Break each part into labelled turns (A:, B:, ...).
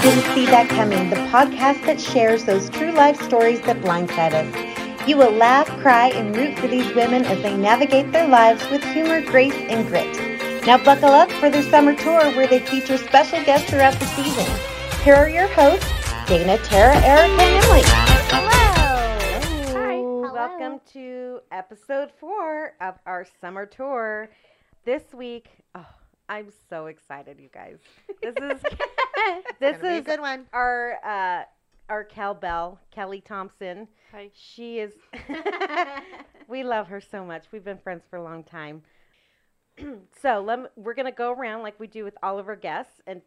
A: Didn't See That Coming, the podcast that shares those true life stories that blindside us. You will laugh, cry, and root for these women as they navigate their lives with humor, grace, and grit. Now buckle up for their summer tour where they feature special guests throughout the season. Here are your hosts, Dana, Tara, Erica, and Emily. Hello.
B: Hello.
A: Welcome to episode four of our summer tour. This week, oh, I'm so excited, you guys. This is this
B: Gonna be a
A: is
B: good one.
A: our uh, our Cal Bell, Kelly Thompson.
C: Hi.
A: She is. we love her so much. We've been friends for a long time. so let me, we're gonna go around like we do with all of our guests and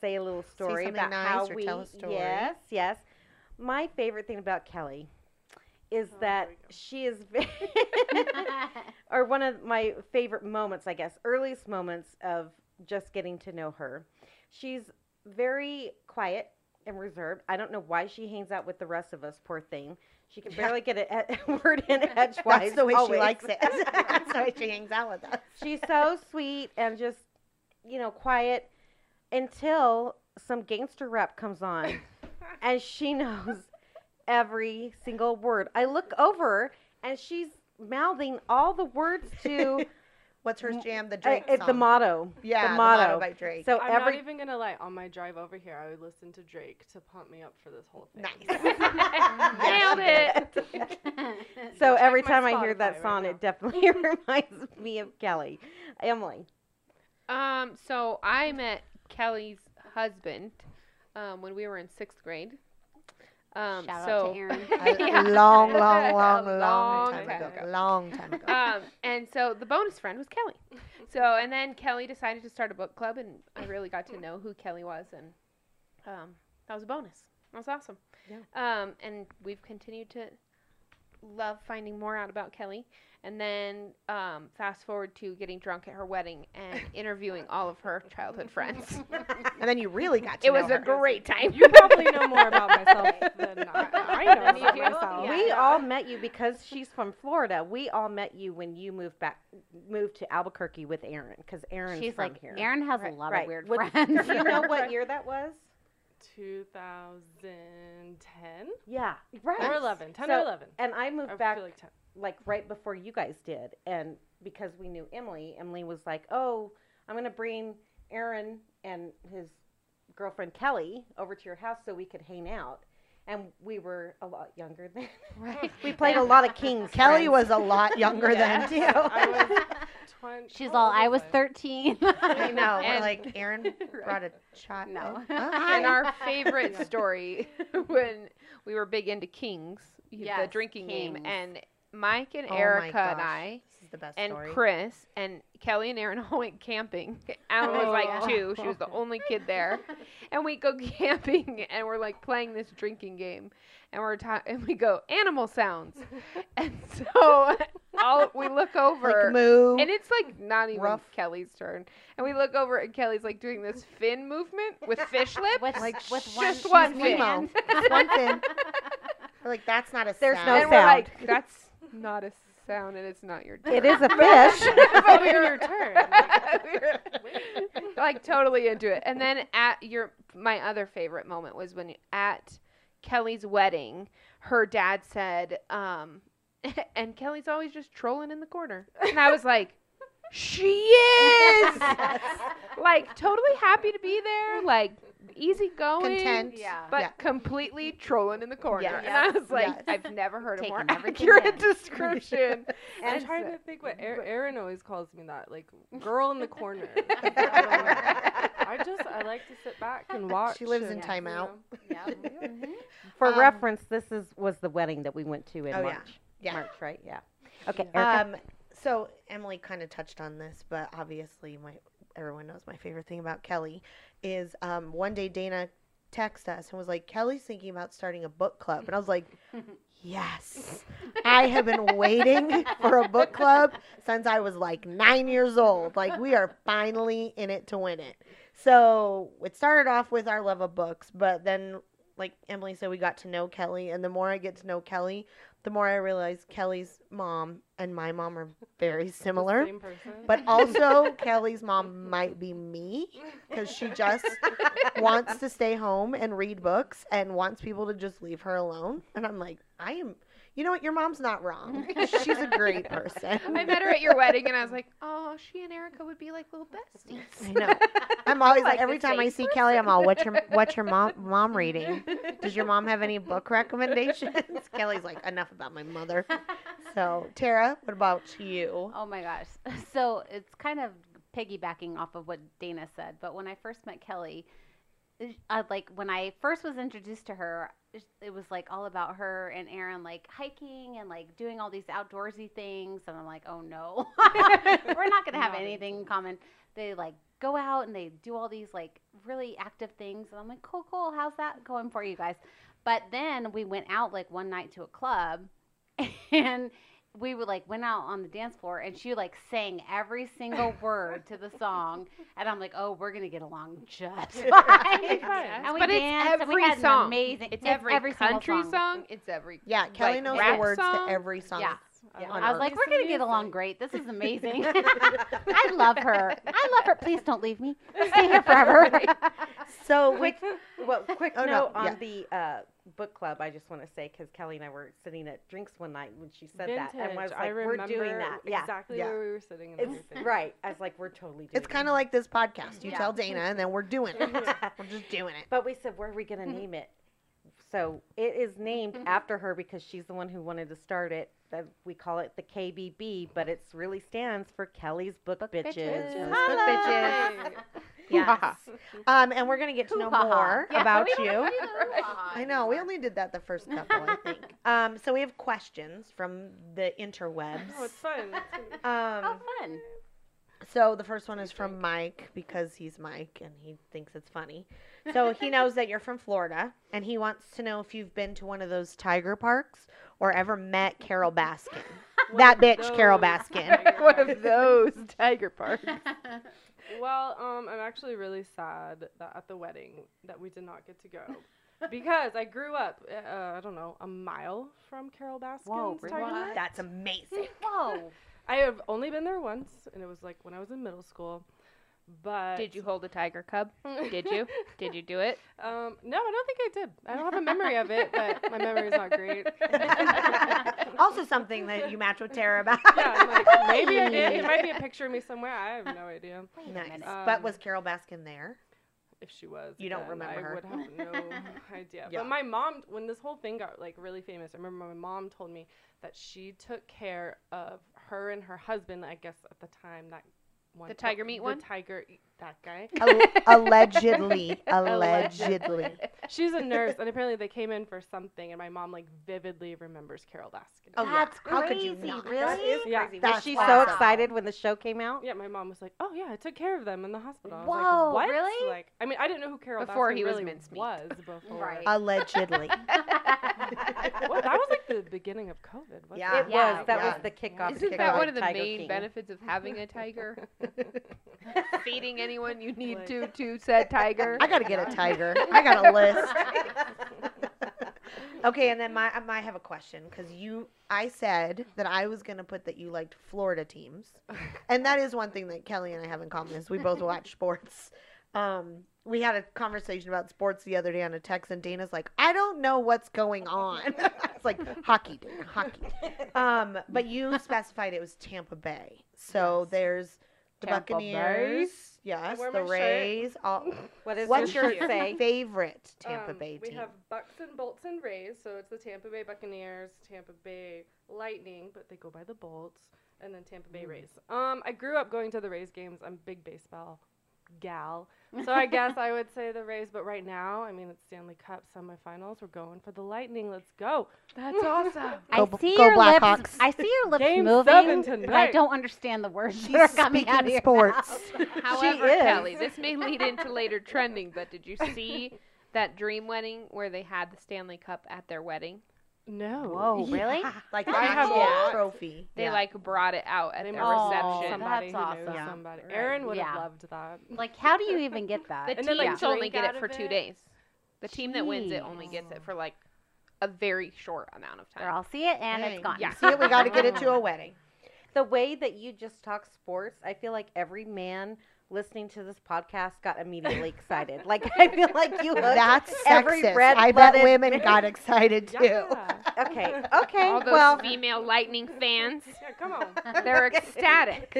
A: say a little story
B: something
A: about
B: nice
A: how
B: or
A: we.
B: tell a story.
A: Yes, yes. My favorite thing about Kelly is
C: Oh,
A: that
C: here we go.
A: she is. ve- or one of my favorite moments, I guess, earliest moments of just getting to know her. She's very quiet and reserved. I don't know why she hangs out with the rest of us, poor thing. She can barely get a, a word in edgewise.
B: That's the way
A: always.
B: she likes it. That's the way she hangs out with us.
A: She's so sweet and just, you know, quiet until some gangster rap comes on and she knows every single word. I look over and she's mouthing all the words to
B: What's her jam? The
A: Uh,
B: Drake
A: it's
B: song.
A: the motto.
B: Yeah,
A: the
B: the
A: motto.
B: by Drake.
A: So
C: I'm
A: every
C: not even gonna lie. On my drive over here, I would listen to Drake to pump me up for this whole thing.
B: Nice.
C: Nailed it.
A: so
C: Check
A: every
C: my
A: time I hear
C: Spotify
A: that
C: right
A: song,
C: now.
A: it definitely reminds me of Kelly, Emily.
D: Um, so I met Kelly's husband um, when we were in sixth grade. Um,
E: Shout
D: so,
E: out to Aaron.
B: A
D: Yeah.
B: long, long,
D: A
B: long, long
D: long
B: time
D: time
B: ago.
D: ago.
B: Long time ago.
D: um, and so the bonus friend was Kelly. So, and then Kelly decided to start a book club, and I really got to know who Kelly was, and um, that was a bonus. That was awesome.
B: Yeah.
D: Um, and we've continued to love finding more out about Kelly. And then um, fast forward to getting drunk at her wedding and interviewing all of her childhood friends.
B: and then you really got to
D: it
B: know
D: was a
B: her.
D: great time.
C: You probably know more about myself than I, I know
D: You
C: about
D: do?
C: myself.
D: Yeah.
A: we all met you because she's from Florida. We all met you when you moved back, moved to Albuquerque with Aaron because Aaron's
E: She's
A: from
E: like,
A: here.
E: Aaron has
A: Right,
E: a lot
A: right.
E: of weird
A: Would-
E: friends.
A: Do you know what year that was?
C: 2010
A: Yeah, right.
C: or 11, 10
A: So-
C: or 11.
A: And I
C: I
A: moved
C: feel
A: back
C: like 10.
A: like right before you guys did and because we knew emily emily was like oh i'm going to bring aaron and his girlfriend kelly over to your house so we could hang out and we were a lot younger then
E: Right.
A: we played a lot of kings
B: Kelly
A: friends.
B: was a lot younger
C: Yes.
B: than you.
C: I was 20.
E: She's
C: how
E: all,
C: old
E: I was 13.
B: I know. We're
D: And-
B: like Aaron brought a child.
E: No.
B: Oh,
D: and
B: hi.
D: our favorite story when we were big into Kings, y- the
C: Yes,
D: drinking game,
E: Kings.
D: and Mike and
B: Oh my
D: Erica
B: gosh.
D: and I
B: This is the best
D: and
B: story.
D: Chris and Kelly and Aaron all went camping. Alan was
C: Oh.
D: like two; she was the only kid there, and we go camping and we're like playing this drinking game, and we're ta- and we go animal sounds, and so all we look over
B: like Moo.
D: and it's like not even
B: Rough.
D: Kelly's turn. And we look over and Kelly's like doing this fin movement with fish lips.
E: with,
B: Like,
E: with
B: sh-
E: one,
D: just one
E: she's
D: thing.
B: Nemo.
E: hand.
B: Just one thing. We're like that's not a
A: There's
B: sound.
A: no
D: and we're
A: sound.
D: like, that's not a sound and it's not your turn.
A: it is a fish
C: But we were your turn.
D: We were, like totally into it. And then at your my other favorite moment was when at Kelly's wedding, her dad said, um, and Kelly's always just trolling in the corner. And I was like, She is like totally happy to be there, like easy going.
B: Content.
C: Yeah.
D: But
B: Yeah.
D: completely trolling in the corner.
B: Yeah.
D: And I was like,
B: Yes.
D: I've never heard a more
E: Taking everything
D: accurate
E: in.
D: description.
C: I'm
D: And
C: trying
D: so-
C: to think what Erin, Erin always calls me that, like girl in the corner. I, don't know. I just I like to sit back and watch.
B: She lives in
C: and, you
B: timeout.
C: know.
A: for
B: Um,
A: reference this is was the wedding that we went to in
B: Oh, yeah.
A: march
B: Yeah.
A: march right yeah okay Erica?
B: Um, so Emily kind of touched on this, but obviously, my everyone knows my favorite thing about Kelly is um, one day Dana texted us and was like, "Kelly's thinking about starting a book club," and I was like, "Yes, I have been waiting for a book club since I was like nine years old. Like, we are finally in it to win it." So it started off with our love of books, but then like Emily said, we got to know Kelly, and the more I get to know Kelly, the more I realize Kelly's mom and my mom are very similar.
C: Same person.
B: But also, Kelly's mom might be me because she just wants to stay home and read books and wants people to just leave her alone. And I'm like, I am. You know what? Your mom's not wrong. She's a great person.
D: I met her at your wedding, and I was like, "Oh, she and Erica would be like little besties."
B: I know. I'm always
D: like
B: like, every
D: the
B: time I see
D: same
B: Kelly, I'm all, "What's your What's your mom mom reading? Does your mom have any book recommendations?" Kelly's like, "Enough about my mother." So Tara, what about you?
E: Oh my gosh. So it's kind of piggybacking off of what Dana said, but when I first met Kelly, uh, like when I first was introduced to her, it was like all about her and Aaron like hiking and like doing all these outdoorsy things. And I'm like, oh no, we're not going to have
C: Naughty.
E: anything in common. They like go out and they do all these like really active things. And I'm like, cool, cool. How's that going for you guys? But then we went out like one night to a club and we would like went out on the dance floor and she like sang every single word to the song and I'm like, oh, we're gonna get along just fine.
C: Fine.
E: And we
D: but
E: danced and
D: it's every
E: we had
D: song.
E: An amazing.
D: It's every,
E: single
D: country song. It's every.
B: Yeah, Kelly
D: Like,
B: knows
E: rap
B: the words
D: song?
B: to every song.
E: Yeah.
B: Yeah.
E: I was like,
C: Just
E: we're gonna get
C: music.
E: along great. This is amazing. I love her. I love her. Please don't leave me. Stay here forever.
B: So we
F: quick, well, quick
B: Oh, no,
F: note
B: yeah.
F: on the uh, book club. I just want to say because Kelly and I were sitting at drinks one night when she said that, and I was
C: Vintage.
F: like,
C: I
F: "We're doing
C: remember
F: that." Yeah,
C: Exactly
B: Yeah.
C: where we were sitting and
F: it's
C: everything.
F: right. I was like, "We're totally doing."
B: It's kind
F: it."
B: of like this podcast. You
E: Yeah.
B: tell Dana, and then we're doing it. we're just doing it.
F: But we said, "Where are we
B: Mm-hmm.
F: gonna name it?" So it is named after her because she's the one who wanted to start it. That we call it the KBB, but it really stands for Kelly's Book, Bitches.
E: Bitches.
F: Those
B: Holla.
F: Book bitches.
B: Yeah. um, and we're gonna get to know
E: Hoo-ha.
B: more
E: Yeah,
B: about
E: we
B: you. I
D: I
B: know. We only did that the first couple, I think. Um, so we have questions from the interwebs.
C: Oh, it's fun. It's fun.
E: Oh,
B: Um,
E: fun.
B: so the first one is from Mike because he's Mike and he thinks it's funny. So he knows that you're from Florida and he wants to know if you've been to one of those tiger parks or ever met Carol Baskin.
C: One
B: that
C: of
B: bitch, Carol
C: those
B: Baskin.
C: tiger
D: One
C: parks.
D: of those tiger parks.
C: Well, um, I'm actually really sad that at the wedding that we did not get to go because I grew up, uh, I don't know, a mile from Carol Baskin's
F: Whoa, really?
E: Oh
C: Tiger Lily.
B: That's amazing.
E: Whoa.
C: I have only been there once, and it was like when I was in middle school. But
D: Did you hold a tiger cub? Did you? Did you do it?
C: Um, no, I don't think I did. I don't have a memory of it, but my memory's not great.
B: also something that you match with Tara about.
C: Yeah, I'm like, maybe I did. There might be a picture of me somewhere. I have no idea
E: Wait a
B: Nice.
E: minute.
B: but
C: Um,
B: was Carol Baskin there?
C: if she was.
B: You don't
C: then
B: remember
C: I
B: her.
C: would have no idea.
B: Yeah.
C: But my mom, when this whole thing got like really famous, I remember my mom told me that she took care of her and her husband. I guess at the time that one
D: The tiger meat
C: the
D: one?
C: tiger E, that guy.
B: allegedly, allegedly.
C: Allegedly. She's a nurse, and apparently they came in for something, and my mom like vividly remembers Carol Baskin.
B: Oh, yeah.
E: That's
B: How could you
E: crazy,
B: not?
F: That
E: really?
F: is
C: Yeah.
F: crazy.
B: That's
F: Was she so
B: wow.
F: excited when the show came out?
C: Yeah, my mom was like, "Oh yeah, I took care of them in the hospital." I was
E: Whoa,
C: like, what?
E: really?
C: Like, I mean, I didn't know who Carol
D: Before
C: Baskin
D: he was
C: really
D: mincemeat.
C: was before.
E: Right.
B: Allegedly.
C: well, that was like the beginning of COVID. Wasn't
B: Yeah.
F: It
C: It?
E: Yeah.
F: was. That
B: Yeah.
F: was the kickoff. to
D: Isn't
F: kick
D: that
F: off
D: one of the
F: Tiger
D: main
F: King.
D: benefits of having a tiger? Feeding anyone you need to to said tiger.
B: I gotta get a tiger. I got a list. okay, and then my I might have a question because you I said that I was gonna put that you liked Florida teams, and that is one thing that Kelly and I have in common is we both watch sports. Um, we had a conversation about sports the other day on a text, and Dana's like, "I don't know what's going on." it's like hockey, Dana, hockey. Um, but you specified it was Tampa Bay, so there's the
D: Tampa Bay.
B: Buccaneers, yes,
C: wear
B: the
C: my shirt.
B: Rays, all.
F: What is
B: What's your
F: your say?
B: favorite Tampa
C: Um,
B: Bay
C: We
B: team?
C: have Bucks and Bolts and Rays, so it's the Tampa Bay Buccaneers, Tampa Bay Lightning, but they go by the Bolts, and then Tampa
E: Hmm.
C: Bay Rays. Um, I grew up going to the Rays games. I'm a big baseball gal, so I guess I would say the Rays. But right now, I mean, it's Stanley Cup semifinals. We're going for the Lightning. Let's go.
D: That's awesome.
E: I
B: Go B-
E: see
B: go
E: your lips.
B: Blackhawks.
E: I see your lips
C: Game seven
E: moving, but I
C: tonight.
E: don't understand the words that are coming out of your
B: sports.
E: mouth.
D: However,
F: is.
D: Kelly, this may lead into later trending, but did you see that dream wedding where they had the Stanley Cup at their wedding?
C: No.
E: Whoa, really?
B: Like the
C: I have
B: actual
C: that.
B: trophy.
D: They
B: Yeah.
D: like brought it out at
C: They
D: their
C: must
E: Oh,
C: have
D: reception.
E: that's
C: Somebody who knew
E: awesome.
C: Somebody.
B: Right.
C: Aaron would
E: Yeah.
C: have loved that.
E: Like, how do you even get that?
D: The
C: And then, like,
D: teams only
C: drink
D: get
C: out
D: it
C: of
D: for two
C: it.
D: days. The team that wins it only
E: Jeez.
D: gets it for like a very short amount of
E: Or
D: time.
E: I'll see it and
B: Dang.
E: it's gone.
D: Yeah.
B: See, we got to get it to a wedding.
F: the way that you just talk sports, I feel like every man listening to this podcast got immediately excited. Like I feel like you hooked
B: That's
F: every
B: sexist.
F: red
B: I bet
F: blooded
B: women got excited too.
C: Yeah.
F: Okay, okay.
D: All those
F: well,
D: female Lightning fans,
C: yeah, come on.
D: they're ecstatic.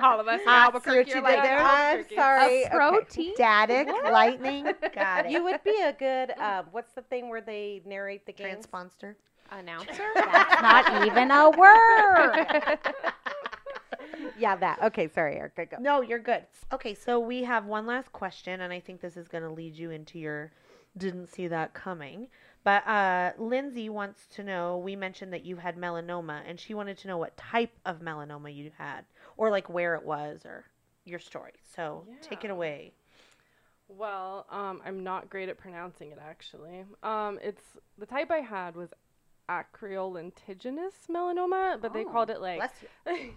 D: All of us in
B: Ah, see
D: Albuquerque
B: what
D: are
B: you
D: like, uh,
B: did there?
F: I'm
C: Albuquerque.
F: sorry.
D: a pro
F: okay.
D: team?
B: Static, lightning, got it.
F: You would be a good. Uh, what's the thing where they narrate the games?
B: Transponster.
D: Announcer?
E: That's not even a word.
F: Yeah, that. Okay, sorry, Erica. Go.
B: No, you're good. Okay, so we have one last question, and I think this is going to lead you into your didn't see that coming. But uh, Lindsay wants to know we mentioned that you had melanoma, and she wanted to know what type of melanoma you had, or like where it was, or your story. So take it
C: Yeah.
B: away.
C: Well, um, I'm not great at pronouncing it actually. Um, it's the type I had was acroiolentinous melanoma, but they
E: Oh,
C: called it like
B: Bless you.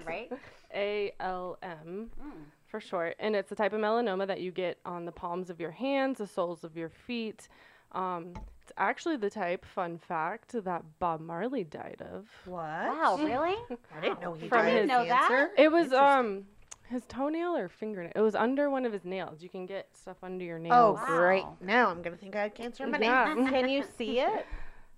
E: right.
C: A L M
E: Mm.
C: for short, and it's the type of melanoma that you get on the palms of your hands, the soles of your feet. Um, it's actually the type, fun fact, that Bob Marley died of.
B: What? Um,
E: Wow, really?
B: I didn't know he
C: From
B: died
C: his-
B: of
E: Didn't know that.
B: cancer.
C: It was
B: Interesting.
C: um his toenail or fingernail. It was under one of his nails. You can get stuff under your
B: Oh,
C: nails.
E: Wow.
B: great. Now I'm going to think I had cancer in my nails.
C: yeah.
F: Can you see it?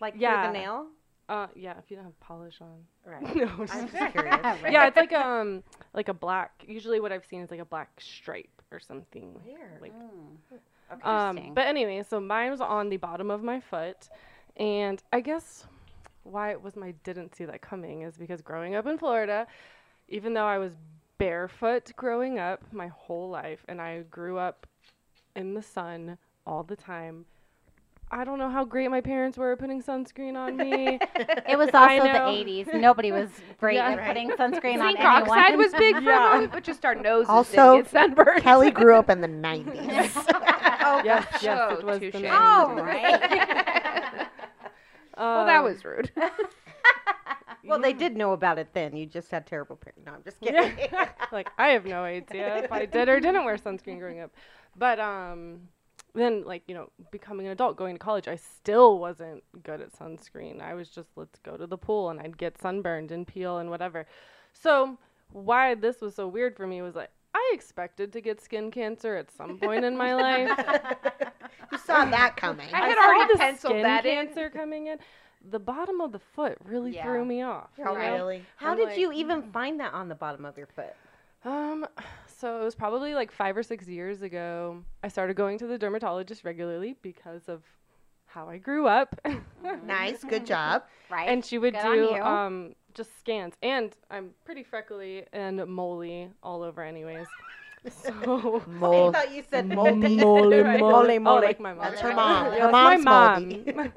F: Like
C: Yeah.
F: through the nail?
C: Uh, yeah, if you don't have polish on.
F: Right.
C: No,
F: I'm
C: just-
F: just curious.
C: yeah, it's like um like a black. Usually, what I've seen is like a black stripe or something.
F: Weird. Oh,
C: Like,
E: Mm.
C: um,
E: Interesting.
C: but anyway, so mine was on the bottom of my foot, and I guess why it was my didn't see that coming is because growing up in Florida, even though I was barefoot growing up my whole life, and I grew up in the sun all the time. I don't know how great my parents were at putting sunscreen on me.
E: It was
C: I
E: also the
C: know.
E: 80s. Nobody was great
C: Yeah.
E: at
B: Right.
E: putting sunscreen on
D: Zinc
E: anyone.
D: oxide was big for
C: Yeah.
D: a moment, but just our noses
B: Also,
D: didn't get sunburned.
B: Kelly grew up in the 90s.
F: Oh,
C: yes, yes,
D: Oh,
C: it was the
D: touche.
C: name.
E: All right.
D: well, that
C: Um,
D: was rude.
F: Well, they did know about it then. You just had terrible parents. No, I'm just kidding.
C: Yeah. like I have no idea if I did or didn't wear sunscreen growing up. But um then like, you know, becoming an adult, going to college, I still wasn't good at sunscreen. I was just let's go to the pool and I'd get sunburned and peel and whatever. So why this was so weird for me was like I expected to get skin cancer at some point in my life.
B: you saw that coming.
D: I had
C: saw
D: already
C: the
D: penciled
C: skin
D: that in.
C: cancer coming in. The bottom of the foot really
E: Yeah.
C: threw me off. you
B: Oh,
C: know?
B: really?
F: How
C: I'm
F: did
C: like,
F: you even find that on the bottom of your foot?
C: Um, so it was probably like five or six years ago. I started going to the dermatologist regularly because of how I grew up,
B: Nice. Good job.
E: right.
C: and she would
E: Good on
C: do
E: you.
C: um just scans. And I'm pretty freckly and moly all over, anyways. So
F: I
B: Mold.
F: thought you said
B: Mo-
F: moldy.
C: moly,
F: Right. Moly,
C: moly, Oh,
F: moly.
C: like my mom.
B: That's her mom.
C: Yeah,
B: Her
C: that's
B: mom's
C: my
B: moldy.
C: mom.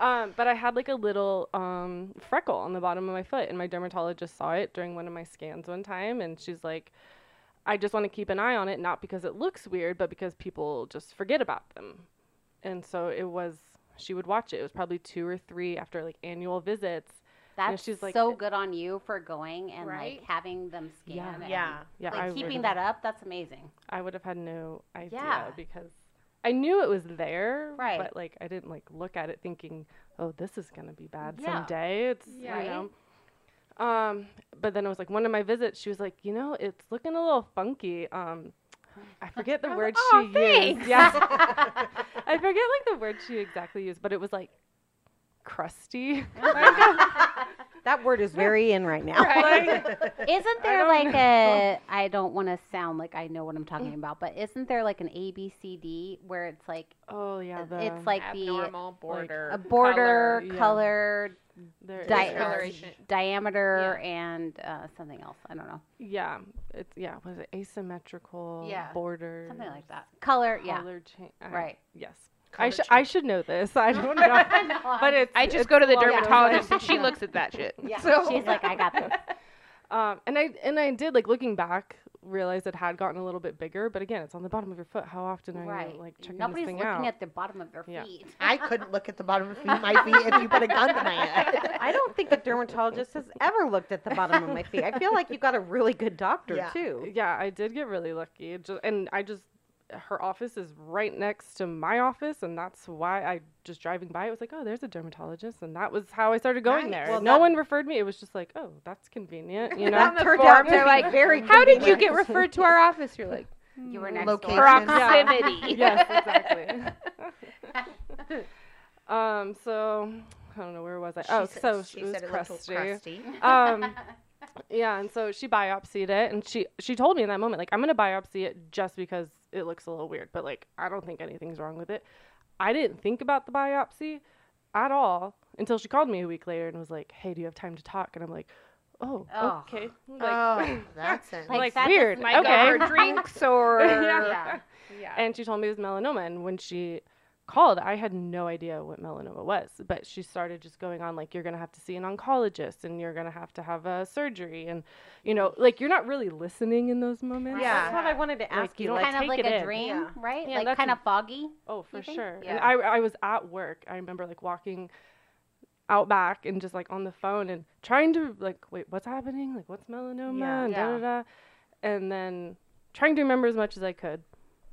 C: um, but I had like a little um, freckle on the bottom of my foot, and my dermatologist saw it during one of my scans one time, and she's like, "I just want to keep an eye on it, not because it looks weird, but because people just forget about them." And so it was. She would watch it. It was probably two or three after like annual visits.
E: That's
C: she's like-
E: so good on you for going and
D: Right?
E: like having them scan.
C: Yeah.
E: and,
B: Yeah.
C: Yeah,
E: Like
C: I
E: keeping
C: would've-
E: that up, that's amazing.
C: I would have had no idea
E: Yeah.
C: because I knew it was there,
E: Right.
C: But like I didn't like look at it thinking, "Oh, this is gonna be bad
E: Yeah.
C: someday." It's
E: Right.
C: you know. Um, but then it was like one of my visits. She was like, "You know, it's looking a little funky." Um, I "Oh, forget the word she used. Yeah, I forget like the word she exactly used, but it was like crusty.
F: That word is very in right now.
E: Isn't there
C: don't
E: like
C: know.
E: a? I don't want to sound like I know what I'm talking about, but isn't there like an A B C D where it's like
C: oh yeah, the,
E: it's like
D: Abnormal border.
E: the a border,
C: color, yeah.
E: color,
C: there is
E: di- uh,
C: a-
D: Discoloration.
E: diameter, and uh, something else. I don't know,
C: Yeah, it's yeah. Was it asymmetrical
E: Yeah.
C: border?
E: something like that. Color, yeah,
C: Color change.
E: right.
C: Yes.
B: Color
C: I should I should know this. I don't know. but it's
D: I just
C: it's
D: go to the
C: long-
D: dermatologist and she looks at that shit.
E: Yeah,
D: So
E: she's like, I got this.
C: Um, and I and I did like looking back realize it had gotten a little bit bigger, but again, it's on the bottom of your foot. How often are
E: Right.
C: you like checking
E: Nobody's
C: this thing
E: looking
C: out?
E: at the bottom of their
C: Yeah.
E: feet.
B: I couldn't look at the bottom of my feet if you put a gun to my head.
F: I don't think a dermatologist has ever looked at the bottom of my feet. I feel like you got a really good doctor
B: Yeah.
F: too.
C: yeah, I did get really lucky. It ju- and I just her office is right next to my office, and that's why I just driving by. It was like, oh, there's a dermatologist, and that was how I started going
B: Nice.
C: there.
B: Well,
C: no
B: that-
C: one referred me. It was just like, oh, that's convenient, you know.
D: on the
F: Turned
D: form,
F: out to
D: they're
F: be
D: like,
F: very
D: how did you
F: convenient.
D: get referred to our office? You're like,
E: You were
D: "Hmm,
E: next
C: Mm.
B: Location.
E: door.
D: proximity.
C: yes, exactly. um, so I don't know where was I? oh,
B: She said-
C: so
B: she
C: it was
B: said it looked a
C: crusty.
B: little crusty.
C: um, yeah, and so she biopsied it, and she she told me in that moment, like, I'm gonna biopsy it just because it looks a little weird, but like, I don't think anything's wrong with it. I didn't think about the biopsy at all until she called me a week later and was like, Hey, do you have time to talk? And I'm like, Oh,
E: Oh.
C: okay, like,
B: oh, that's it.
E: Like,
C: like,
E: that
C: weird,
E: doesn't-
C: okay,
D: Or drinks or
E: Yeah.
D: Yeah.
C: and she told me it was melanoma. And when she called, I had no idea what melanoma was. But she started just going on like, you're going to have to see an oncologist and you're going to have to have a surgery. And, you know, like you're not really listening in those moments.
B: Yeah.
F: That's what I wanted to ask
C: you
F: you.
C: don't-
F: Like,
E: kind of
C: take
E: like
C: it
E: a
C: in.
E: dream,
B: Yeah.
E: right?
C: Yeah,
E: like
C: that's
E: kind of
C: a-
E: foggy.
C: oh, for
E: you think?
C: sure.
E: Yeah.
C: And I, I was at work. I remember like walking out back and just like on the phone and trying to like, wait, what's happening? Like, what's melanoma?
B: Yeah.
C: And
E: Yeah.
C: da da da. And then trying to remember as much as I could.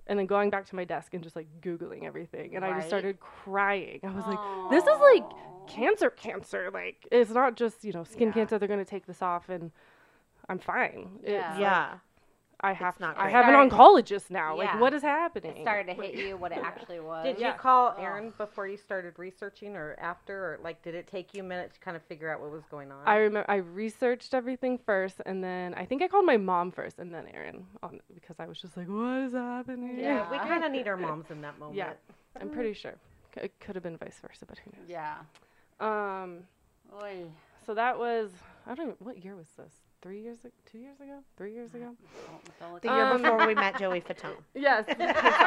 C: And then going back to my desk and just like Googling everything. And I
E: Right.
C: just started crying. I was like, this
E: Oh.
C: is like cancer cancer like it's not just you know skin
E: Yeah.
C: cancer they're going to take this off and i'm fine It's
E: Yeah.
C: like,
B: yeah.
C: i have
B: not
C: i
B: great.
C: have an
E: Started-
C: oncologist now like
E: Yeah.
C: what is happening
E: It started to hit you what it actually was.
F: did you call Erin before you started researching or after? Or like, did it take you a minute to kind of figure out what was going on?
C: i remember i researched everything first and then i think i called my mom first and then aaron on because i was just like what is happening
F: yeah, we
E: Yeah. Uh-huh.
F: kind of need our moms in that moment.
C: Yeah. i'm pretty sure C- it could have been vice versa but who knows
E: Yeah.
C: um
E: Oy.
C: so that was i don't even what year was this three years ago two years ago three years ago
E: Don't- don't look
B: The
E: at
B: year
C: Um,
B: before we met Joey Fatone.
C: yes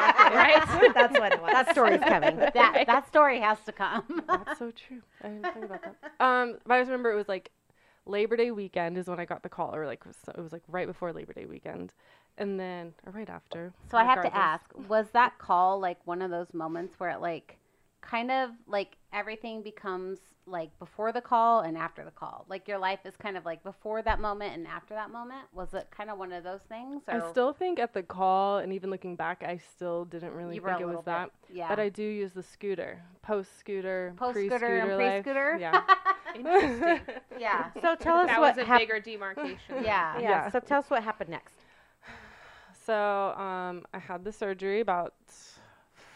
D: right?
B: That's what it was.
F: That story's coming.
E: me.
C: Um,
E: that that story has to come.
C: That's so true. I didn't think about that. Um, but I just remember it was like Labor Day weekend is when I got the call, or like so it was like right before Labor Day weekend, and then or right after.
E: So I have to
C: regardless.
E: ask, was that call like one of those moments where it like kind of like everything becomes like before the call and after the call? Like your life is kind of like before that moment and after that moment? Was it kind of one of those things? Or
C: I still think at the call, and even looking back, I still didn't really
E: You were
C: think
E: a
C: it was
E: little bit-
C: that.
E: yeah.
C: But I do use the scooter, post scooter,
E: Post-scooter and pre-scooter?
C: Yeah.
D: Interesting.
E: yeah.
F: So tell us
D: that
F: what
D: was a
F: hap-
D: bigger demarcation.
E: Yeah.
F: yeah,
C: Yeah.
F: So tell us what happened next.
C: So um, I had the surgery about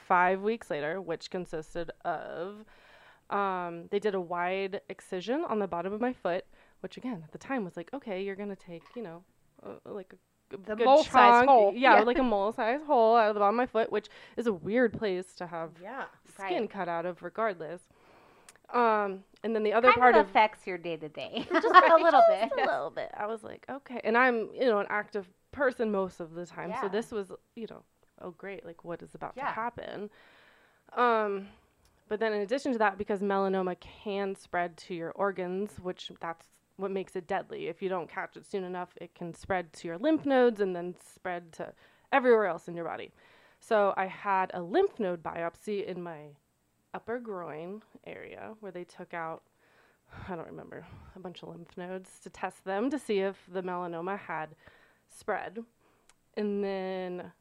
C: five weeks later, which consisted of um, they did a wide excision on the bottom of my foot, which again at the time was like, okay, you're gonna take you know uh, like a g-
D: The
C: good
D: mole-sized
C: chunk-
D: hole.
C: yeah,
D: Yeah.
C: like a mole sized hole out of the bottom of my foot, which is a weird place to have
B: Yeah.
C: skin
E: Right.
C: cut out of, regardless. Um, and then the other
E: Kind
C: part
E: of
C: of
E: affects your day to day. Just a little bit.
C: a little bit. I was like, okay. And I'm, you know, an active person most of the time.
E: Yeah.
C: So this was, you know, oh great, like what is about
E: Yeah.
C: to happen. Um but then in addition to that because melanoma can spread to your organs, which that's what makes it deadly. If you don't catch it soon enough, it can spread to your lymph nodes and then spread to everywhere else in your body. So I had a lymph node biopsy in my upper groin area where they took out I don't remember a bunch of lymph nodes to test them to see if the melanoma had spread. And then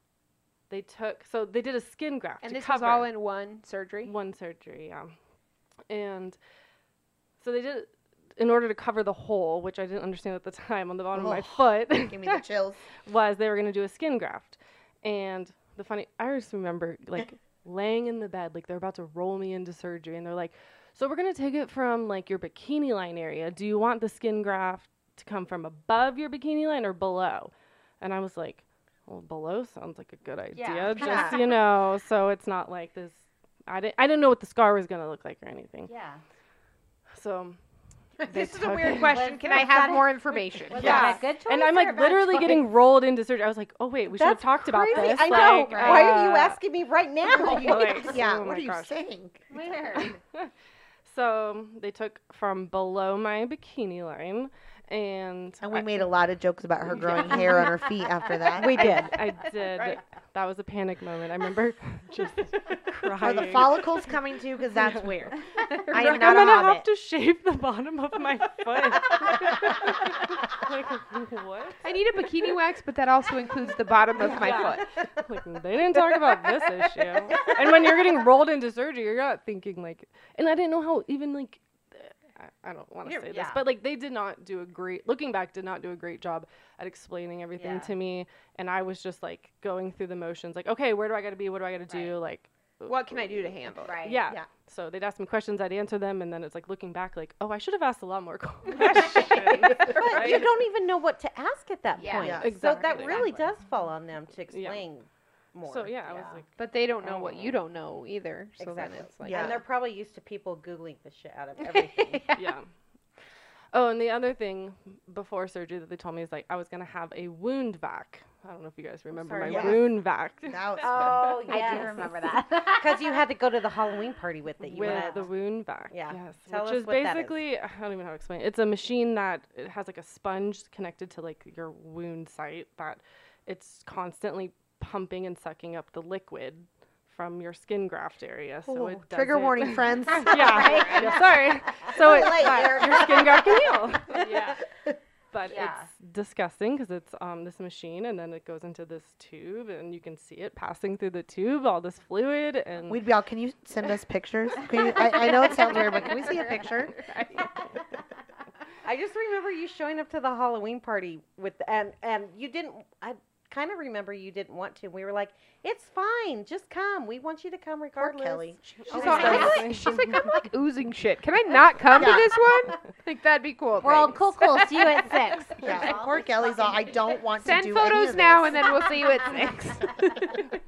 C: they took so they did a skin graft
D: And
C: to
D: this was
C: cover
D: all in one surgery.
C: one surgery, yeah. And so they did it in order to cover the hole, which I didn't understand at the time on the bottom of my
D: Oh.
B: Ugh.
C: foot
B: Give me the chills.
C: was they were going to do a skin graft. And the funny, I just remember like laying in the bed, like they're about to roll me into surgery, and they're like, "So we're going to take it from like your bikini line area. Do you want the skin graft to come from above your bikini line or below?" And I was like, "Well, below sounds like a good idea.
E: Yeah.
C: Just you know, so it's not like this." I didn't, I didn't know what the scar was going to look like or anything.
E: Yeah.
C: So,
D: this is a
C: took
D: weird
C: it.
D: question.
E: Was-
D: Can I
E: was
D: have
E: that-
D: more information?
E: Was
C: Yeah.
E: that a good choice?
C: and I'm
E: or a
C: like
E: bad
C: literally
E: choice?
C: getting rolled into surgery. I was like, oh wait, we should have
F: That's
C: talked about
F: Crazy.
C: this.
F: I know.
C: Like,
F: Why are you
C: uh,
F: asking me right now?
C: Like,
B: yeah.
C: oh
B: what
C: my
B: are you
C: gosh.
B: saying?
E: Weird.
C: So they took from below my bikini line and
B: And we
C: I-
B: made a lot of jokes about her growing hair on her feet after that.
F: We did.
C: I did. That was a panic moment. I remember just
B: Are
C: crying.
B: the follicles coming too? Because that's weird. I
C: Like,
B: am not
C: I'm
B: a
C: gonna have
B: hobbit.
C: to shave the bottom of my foot. like what?
D: I need a bikini wax, but that also includes the bottom of my
C: Yeah.
D: foot.
C: Like, they didn't talk about this issue. And when you're getting rolled into surgery, you're not thinking like. And I didn't know how even like. I- I don't want to
B: You're-
C: say this,
B: yeah.
C: but like they did not do a great. Looking back, did not do a great job at explaining everything
E: Yeah.
C: to me, and I was just like going through the motions, like, okay, where do I got to be? What do I got to do? Like,
D: What can I do to handle it?
E: Right.
C: Yeah.
B: Yeah.
C: So they'd ask me questions, I'd answer them, and then it's like looking back, like, oh, I should have asked a lot more questions.
F: But you
C: Right?
F: don't even know what to ask at that
D: Yeah.
F: point.
B: Yeah,
F: So that
C: exactly.
F: really does fall on them to explain more.
C: So yeah, I was like,
D: But they don't know what you don't know either. So
F: Exactly.
D: then it's like,
B: Yeah.
F: and they're probably used to people googling the shit out of everything.
C: yeah. Oh, and the other thing before surgery that they told me is like I was gonna have a wound vac. I don't know if you guys remember
F: sorry,
C: my
B: yes.
C: wound vac
B: That was fun.
F: oh
E: I do remember that.
F: Because you had to go to the Halloween party with it. You
C: with
F: went out.
C: the wound vac.
F: Yeah.
C: Yes.
F: Tell
C: which
F: us
C: is
F: what that is.
C: basically I don't even know how to explain. It. It's a machine that it has like a sponge connected to like your wound site that it's constantly pumping and sucking up the liquid from your skin graft area. So it does
B: Trigger
C: it-
B: warning, friends.
C: yeah. yeah, Sorry. So it,
F: Late,
C: but
F: Erica.
C: your skin got heal. yeah. But
E: Yeah.
C: it's disgusting because it's um, this machine, and then it goes into this tube, and you can see it passing through the tube, all this fluid, and
B: We'd be all. Can you send us pictures? Can you, I, I know it sounds weird, but can we see a picture?
F: I just remember you showing up to the Halloween party with and and you didn't. I kind of remember you didn't want to. We were like, it's fine, just come. We want you to come
B: Poor
F: regardless.
B: Kelly. She's
C: always
D: So I
C: does.
D: like- she's like, I'm like oozing shit. Can I not come to
B: Yeah.
D: this one? Like that'd be cool.
E: World,
D: thanks.
E: cool, cool. See you at six.
B: Yeah, poor Kelly's all. I don't want to
D: Send
B: do any of
D: photos now,
B: this."
D: and then we'll see you at six.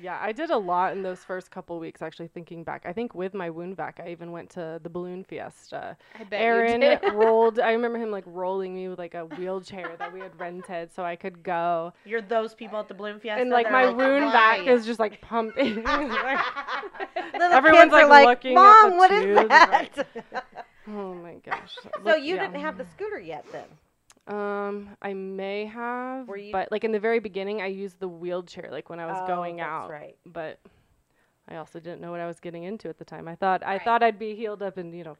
C: yeah, I did a lot in those first couple weeks. Actually, thinking back, I think with my wound vac, I even went to the balloon fiesta.
D: I bet
C: Aaron
D: you did.
C: rolled. I remember him like rolling me with like a wheelchair that we had rented, so I could go.
B: You're those people at the Bloom Fiesta.
C: and like
B: that
C: my
B: are
C: wound
B: "Why?"
C: vac is just like pumping. Like,
F: Little
C: Everyone's
F: kids are
C: like, looking at the
F: Mom, what is
C: tubes,"
F: that?
C: right? oh my gosh.
F: so
C: Look,
F: you
C: yeah.
F: didn't have the scooter yet then.
C: Um, I may have,
F: Were you-
C: but like in the very beginning, I used the wheelchair like when I was
F: Oh,
C: going
F: that's
C: out.
F: right.
C: But I also didn't know what I was getting into at the time. I thought I thought I'd be healed up in you know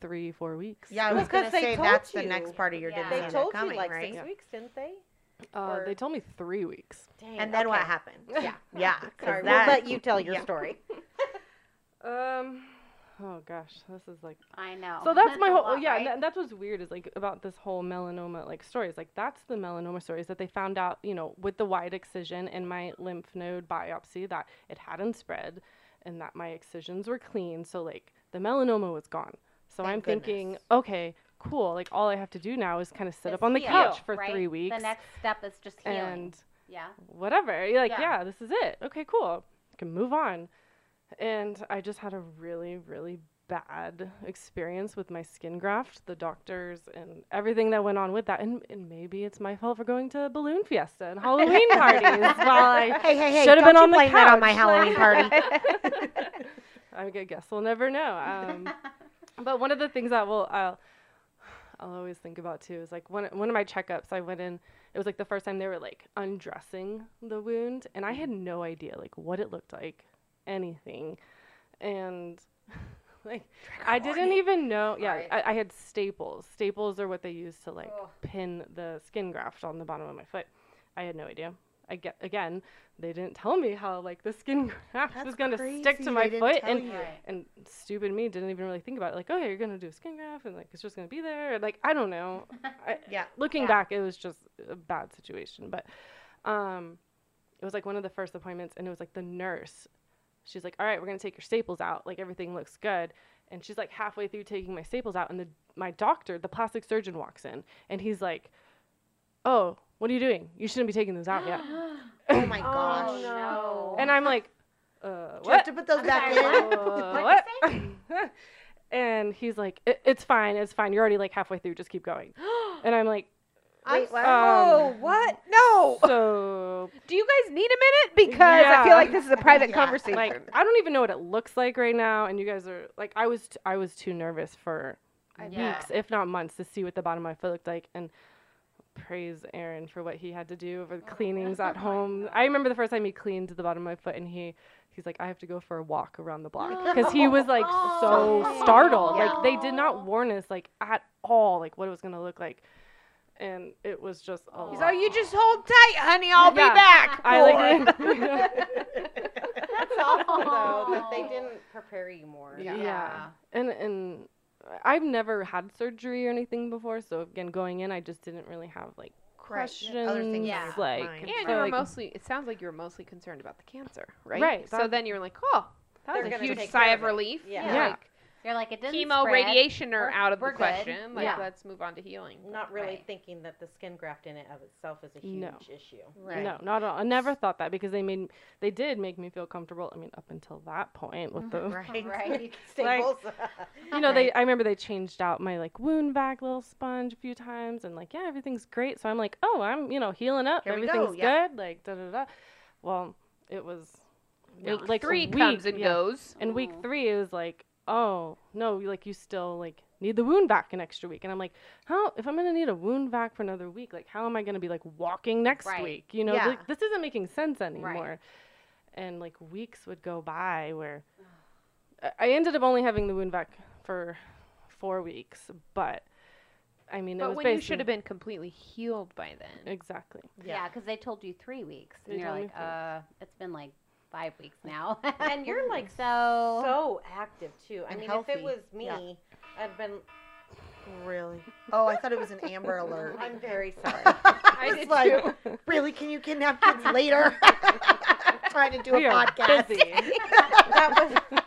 C: three four weeks.
B: Yeah, I
F: Well,
B: was gonna
F: 'cause they
B: say
F: told
B: that's the
F: you.
B: next part of your
E: Yeah.
B: didn't
F: They
B: see that
F: told
B: coming,
F: you like
B: right?
F: six weeks, didn't they?
C: Uh,
F: Or-
C: they told me three weeks.
F: Dang,
B: And then what
F: okay.
B: happened? Yeah, yeah. 'cause
F: Sorry,
B: that-
F: we'll let you tell your
B: yeah.
F: story.
C: Um, oh gosh, this is like.
E: I know.
C: So that's my
E: a
C: whole
E: lot,
C: yeah.
E: right?
C: and That, that's what's weird is like about this whole melanoma like stories. Like that's the melanoma stories that they found out you know with the wide excision and my lymph node biopsy that it hadn't spread, and that my excisions were clean. So like the melanoma was gone. So
B: Thank
C: I'm thinking,
B: goodness.
C: okay, cool. Like all I have to do now is kind of sit
E: Just
C: up on the
E: heal,
C: couch for
E: right?
C: three weeks
E: The next step is just healing.
C: and
E: yeah.
C: whatever. You're like,
E: Yeah.
C: yeah. this is it. Okay, cool. I can move on. And I just had a really, really bad experience with my skin graft, the doctors, and everything that went on with that. And, and maybe it's my fault for going to balloon fiesta and Halloween parties while I
B: Hey, hey, hey!
C: Should've
B: don't
C: been
B: you
C: on the
B: blame that on my
C: couch.
B: Halloween party.
C: I gu- guess we'll never know. Um, but one of the things that will I'll, I'll always think about too is like one one of my checkups. I went in. It was like the first time they were like undressing the wound, and I had no idea like what it looked like, anything, and like I didn't even know. Yeah,
E: Right.
C: I, I had staples. Staples are what they use to like
E: Ugh.
C: pin the skin graft on the bottom of my foot. I had no idea. I get, again, they didn't tell me how like the skin graft
B: That's
C: was going to stick
B: crazy,
C: to my
B: they didn't
C: foot,
B: tell
C: and
B: you.
E: Right.
C: and stupid me didn't even really think about it. Like, oh yeah, you're gonna do a skin graft, and like it's just gonna be there. and, Like I don't know. I,
B: Yeah.
C: Looking
E: Yeah.
C: back, it was just a bad situation. But um, it was like one of the first appointments, and it was like the nurse. She's like, all right, we're gonna take your staples out. Like everything looks good. And she's like halfway through taking my staples out, and the my doctor, the plastic surgeon, walks in, and he's like, oh, what are you doing? You shouldn't be taking those out yet.
B: Oh my gosh!
E: Oh, no.
C: And I'm like, uh,
B: Do you have
C: what?
B: to put those back
E: sorry,
B: in?
C: Uh,
E: What'd
C: what? and he's like, "It- it's fine, it's fine. You're already like halfway through. Just keep going. And I'm like,
B: Wait, what?
C: um,
F: Oh, what? No.
C: so
D: Do you guys need a minute? Because I feel
C: Yeah.
D: like this is a private
B: Yeah.
D: conversation.
C: like I don't even know what it looks like right now. And you guys are like, I was t- I was too nervous for
D: I
G: Yeah.
C: weeks, if not months, to see what the bottom of my foot looked like. And praise Aaron for what he had to do for the
G: Oh,
C: cleanings at home. I remember the first time he cleaned the bottom of my foot, and he. He's like, I have to go for a walk around the block because he was like
G: Oh,
C: so startled. Like they did not warn us like at all, like what it was gonna look like, and it was just a
G: He's
C: lot.
G: like, you just hold tight, honey. I'll
C: Yeah.
G: be back.
C: I like yeah.
F: That's awful though that they didn't prepare you more.
G: Yeah.
C: and and I've never had surgery or anything before, so again, going in, I just didn't really have like questions.
B: Other things
E: Yeah.
B: on your
C: like
B: mind.
D: And
C: so,
D: you were
C: like,
D: mostly. It sounds like you were mostly concerned about the cancer, right?
C: Right,
D: So
C: that-
D: then you were like, oh, that
F: They're
D: was a
F: gonna
D: huge
F: take
D: sigh
F: care
D: of
F: of it.
D: relief.
F: Yeah.
C: Yeah.
E: You're like it doesn't
D: Chemo,
E: spread.
D: radiation are
E: We're-
D: out of
E: we're good.
D: the question. Like,
C: Yeah.
D: let's move on to healing.
F: Not really
E: Right.
F: thinking that the skin graft in it of itself is a huge
C: No.
F: issue.
E: Right.
C: No, not at all. I never thought that because they made they did make me feel comfortable. I mean, up until that point with the
B: Right.
E: Right.
F: Staples.
C: you know they
E: Right.
C: I remember they changed out my like wound vac little sponge a few times and like yeah everything's great. So I'm like oh I'm you know healing up
B: Here we go,
C: everything's
B: yeah.
C: good like da da da. Well, it was it,
D: Like
C: like
D: three
C: a
D: comes
C: week-
D: and
C: yeah.
D: goes.
C: And week
E: Oh.
C: three, it was like, oh no, you- like you still like need the wound vac an extra week. And I'm like, how if I'm gonna need a wound vac for another week, like how am I gonna be like walking next
E: Right.
C: week? You know,
B: Yeah.
C: like, this isn't making sense anymore. And like weeks would go by where I- I ended up only having the wound vac for four weeks, but I mean, it
D: But
C: was
D: when you
C: basically-
D: should have been completely healed by then.
C: exactly.
E: Yeah, because they told you three weeks,
C: They
E: and you're
C: told me
E: like,
C: three
E: uh, it's been like five weeks now.
F: and you're like
E: so,
F: so active too. I
B: And
F: mean, if
B: healthy.
F: it was me,
B: Yeah.
F: I'd been.
B: Really? Oh, I thought it was an Amber Alert.
F: I'm very sorry.
B: I
D: did
B: too. Really? Can you kidnap kids later? trying to do
C: We
B: a
C: are
B: podcast.
C: busy.
F: that was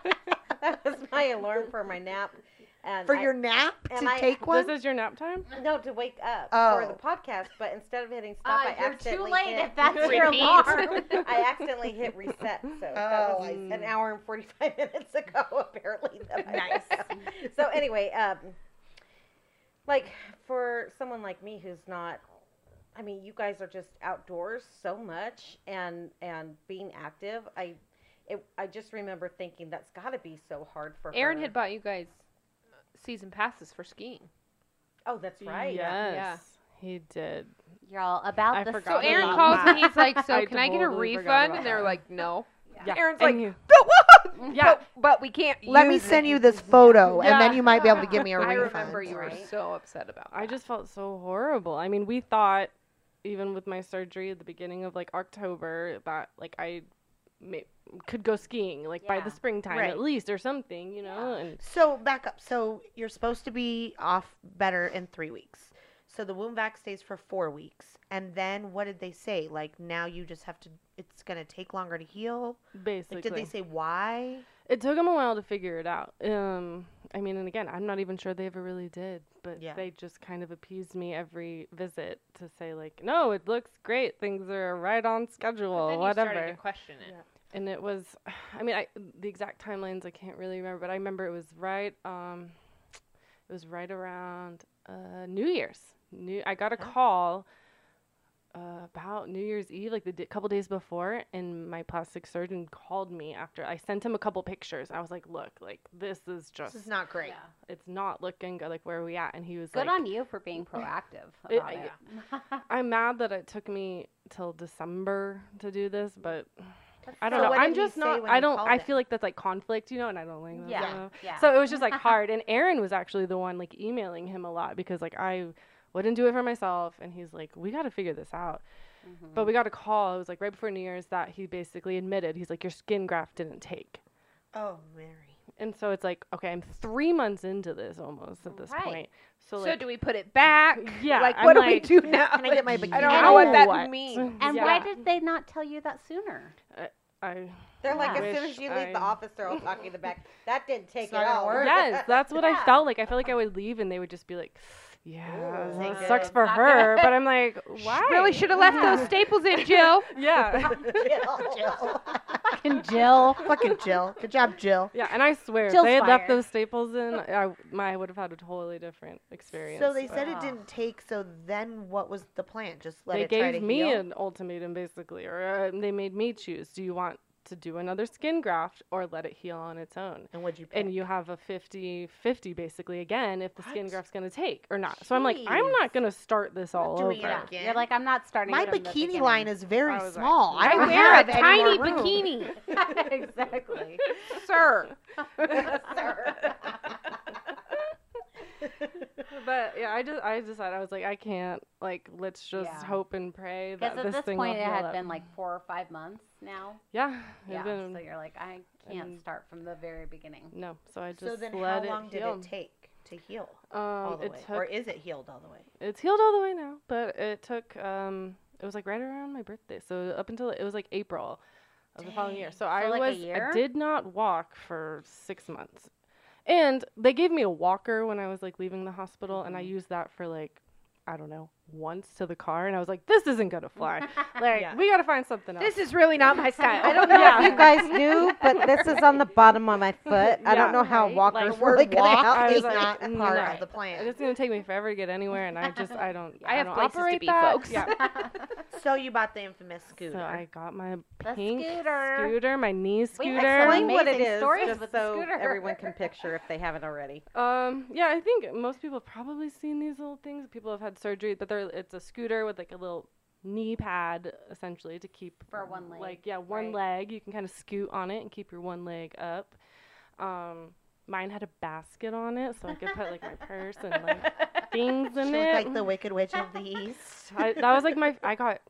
F: that was my alarm for my nap. And
B: For
F: I-
B: your nap
F: and
B: to
F: I-
B: take one?
C: This is your nap time.
F: no to wake up for
B: Oh.
F: the podcast, but instead of hitting stop,
E: uh,
F: I
E: you're too
F: accidentally
E: late
F: hit,
E: if that's your
D: Repeat.
E: alarm.
F: I accidentally hit reset, so that
B: Oh,
F: was
B: I
F: an hour and forty-five minutes ago. Apparently, that I-
B: Nice.
F: so anyway, um, like for someone like me who's not, I mean, you guys are just outdoors so much and and being active. I, it, I just remember thinking that's got to be so hard for
D: Aaron
F: her.
D: had bought you guys season passes for skiing.
F: Oh, that's right.
C: Yes,
D: Yeah.
C: he did.
E: You're all about
C: I
E: the
C: forgot
D: So
C: Forgot
D: Aaron
C: about
D: calls
C: that.
D: and he's like, "So
C: I
D: can I get a
C: totally forgot
D: refund?"
C: about
D: And they're
C: that.
D: like, "No."
C: Yeah.
D: Aaron's
C: and
D: like,
C: you-
D: But what?
C: Yeah.
D: But, but we can't.
B: Let me
D: use it."
B: send you this photo, and then
D: Yeah.
B: you might be able to give me a
D: I
B: refund.
D: remember you were
E: right?
D: so upset about.
C: I
D: that.
C: just felt so horrible. I mean, we thought even with my surgery at the beginning of like October that like I may- could go skiing like by
E: Yeah.
C: the springtime
B: Right.
C: at least or something, you know. And
B: So back up. So you're supposed to be off better in three weeks. So the wound vac stays for four weeks, and then what did they say? Like now you just have to. It's gonna take longer to heal.
C: basically,
B: Like, did they say why?
C: it took them a while to figure it out. Um, I mean, and again, I'm not even sure they ever really did, but
B: Yeah.
C: they just kind of appeased me every visit to say like, no, it looks great, things are right on schedule,
D: But then you started
C: whatever.
D: to question it.
C: and it was i mean i the exact timelines i can't really remember but i remember it was right um it was right around uh new year's new i got a call uh, about new year's eve like the d- couple days before and my plastic surgeon called me after i sent him a couple pictures i was like look like this is just
B: This is not great.
E: Yeah.
C: it's not looking good like where are we at and he was
E: Good
C: like
E: on you for being proactive
C: It-
E: about it.
C: i'm mad that it took me till december to do this but I don't
B: So
C: know.
B: what
C: I'm
B: did he
C: just
B: say
C: not.
B: when
C: I
B: he
C: don't.
B: called
C: I
B: it?
C: feel like that's like conflict, you know, and I don't like that.
E: Yeah.
C: so-
E: Yeah.
C: So it was just like hard. And Aaron was actually the one like emailing him a lot because like I wouldn't do it for myself, and he's like, "We got to figure this out."
B: Mm-hmm.
E: Mhm.
C: But we got a call. It was like right before New Year's that he basically admitted he's like, "Your skin graft didn't take."
B: Oh, Mary.
C: And so it's like, okay, I'm three months into this almost at this
E: Right.
C: point. So,
D: So
C: like,
D: do we put it back?
C: yeah,
D: Like
C: I'm
D: what
C: like,
D: do we do now?
B: Can I get my
D: I
B: bikini?
D: don't
C: now
D: know what that
C: what?
D: means.
E: and
C: yeah.
E: why did they not tell you that sooner?
C: I,
F: They're like,
E: Yeah.
F: as soon
C: Wish
F: as you leave the
C: I-
F: office, they're all talking the back. That didn't take it
B: not gonna
F: all.
B: work.
C: yes, that's what I
E: Yeah.
C: felt like. I felt like I would leave, and they would just be like, "Yeah,
F: Ooh,
C: that
F: okay.
C: sucks for her," but I'm like, "Why?"
D: Really should have left those staples in, Jill.
C: Yeah.
B: Jill.
E: Fucking Jill.
B: Fucking Jill. Good job, Jill.
C: Yeah, and I swear,
E: Jill's
C: if they had left
E: fired.
C: those staples in, I, my, I would have had a totally different experience.
B: So they
C: but
B: said it
E: Wow.
B: didn't take. So then what was the plan? Just let
C: they
B: it try
C: gave
B: to
C: me
B: heal?
C: an ultimatum, basically, or uh, they made me choose. Do you want to do another skin graft or let it heal on its own
B: And would you pick?
C: and you have a 50 50 basically again if the skin
B: What?
C: graft's going to take or not. So I'm like, I'm
F: Jeez.
C: not going to start this all
B: doing it
C: over.
B: again.
E: You're like, I'm not starting.
B: My
E: from the
B: bikini
E: beginning."
B: line is very
C: I was like,
B: small. I
D: I
B: don't
D: wear a
B: have any more
D: tiny
B: room.
D: bikini,
E: exactly.
D: sir.
C: But yeah, I just I decided I was like, I can't like let's just
E: Yeah.
C: hope and pray that
E: Because at
C: this,
E: this
C: thing
E: point,
C: will
E: it
C: heal
E: had
C: up.
E: been like four or five months now.
C: yeah, it's
E: Yeah.
C: been-
E: so you're like, I can't
C: and-
E: start from the very beginning.
C: no. So I just
B: So then,
C: let
B: how long
C: it
B: did
C: heal.
B: it take to heal all
C: Um,
B: the
C: it
B: way,
C: took
B: or is it healed all the way?
C: it's healed all the way now, but it took um it was like right around my birthday. So up until it was like April of the following year. So, I
E: like, a
C: was
E: year?
C: I did not walk for 6 months. And they gave me a walker when I was like leaving the hospital and I used that for like I don't know, once to the car and I was like this isn't going to fly. like
B: Yeah.
C: we got to find something else.
D: This is really not my style.
F: I don't know
C: Yeah.
F: if you guys knew, but this is on the bottom of my foot. I
C: Yeah.
F: don't know how
D: Right?
F: walkers
B: The
F: really
B: word
F: gonna
B: walk
F: help
C: I
B: is
C: was like,
B: not
C: mm,
B: part
C: right.
B: of the plan.
C: it's going to take me forever to get anywhere and I just I don't
D: I have
C: don't
D: places to
C: operate
D: be,
C: that.
D: folks.
C: Yeah.
B: So you bought the infamous scooter.
C: So I got my
E: The
C: pink
E: scooter.
C: scooter, my knee
E: We
C: scooter.
E: had some
F: Explain what it
E: Amazing
F: is,
E: stories
F: just
E: with the
F: so
E: scooter.
F: everyone can picture if they haven't already.
C: Um, yeah, I think most people have probably seen these little things. People have had surgery, but they're it's a scooter with like a little knee pad essentially to keep
E: For one leg,
C: Like yeah, one leg. You can kind of scoot on it and keep your one leg up. Um, mine had a basket on it, so I could put like my purse and like things
B: she
C: in
B: looked
C: it.
B: like the Wicked Witch of the East.
C: I, that was like my I got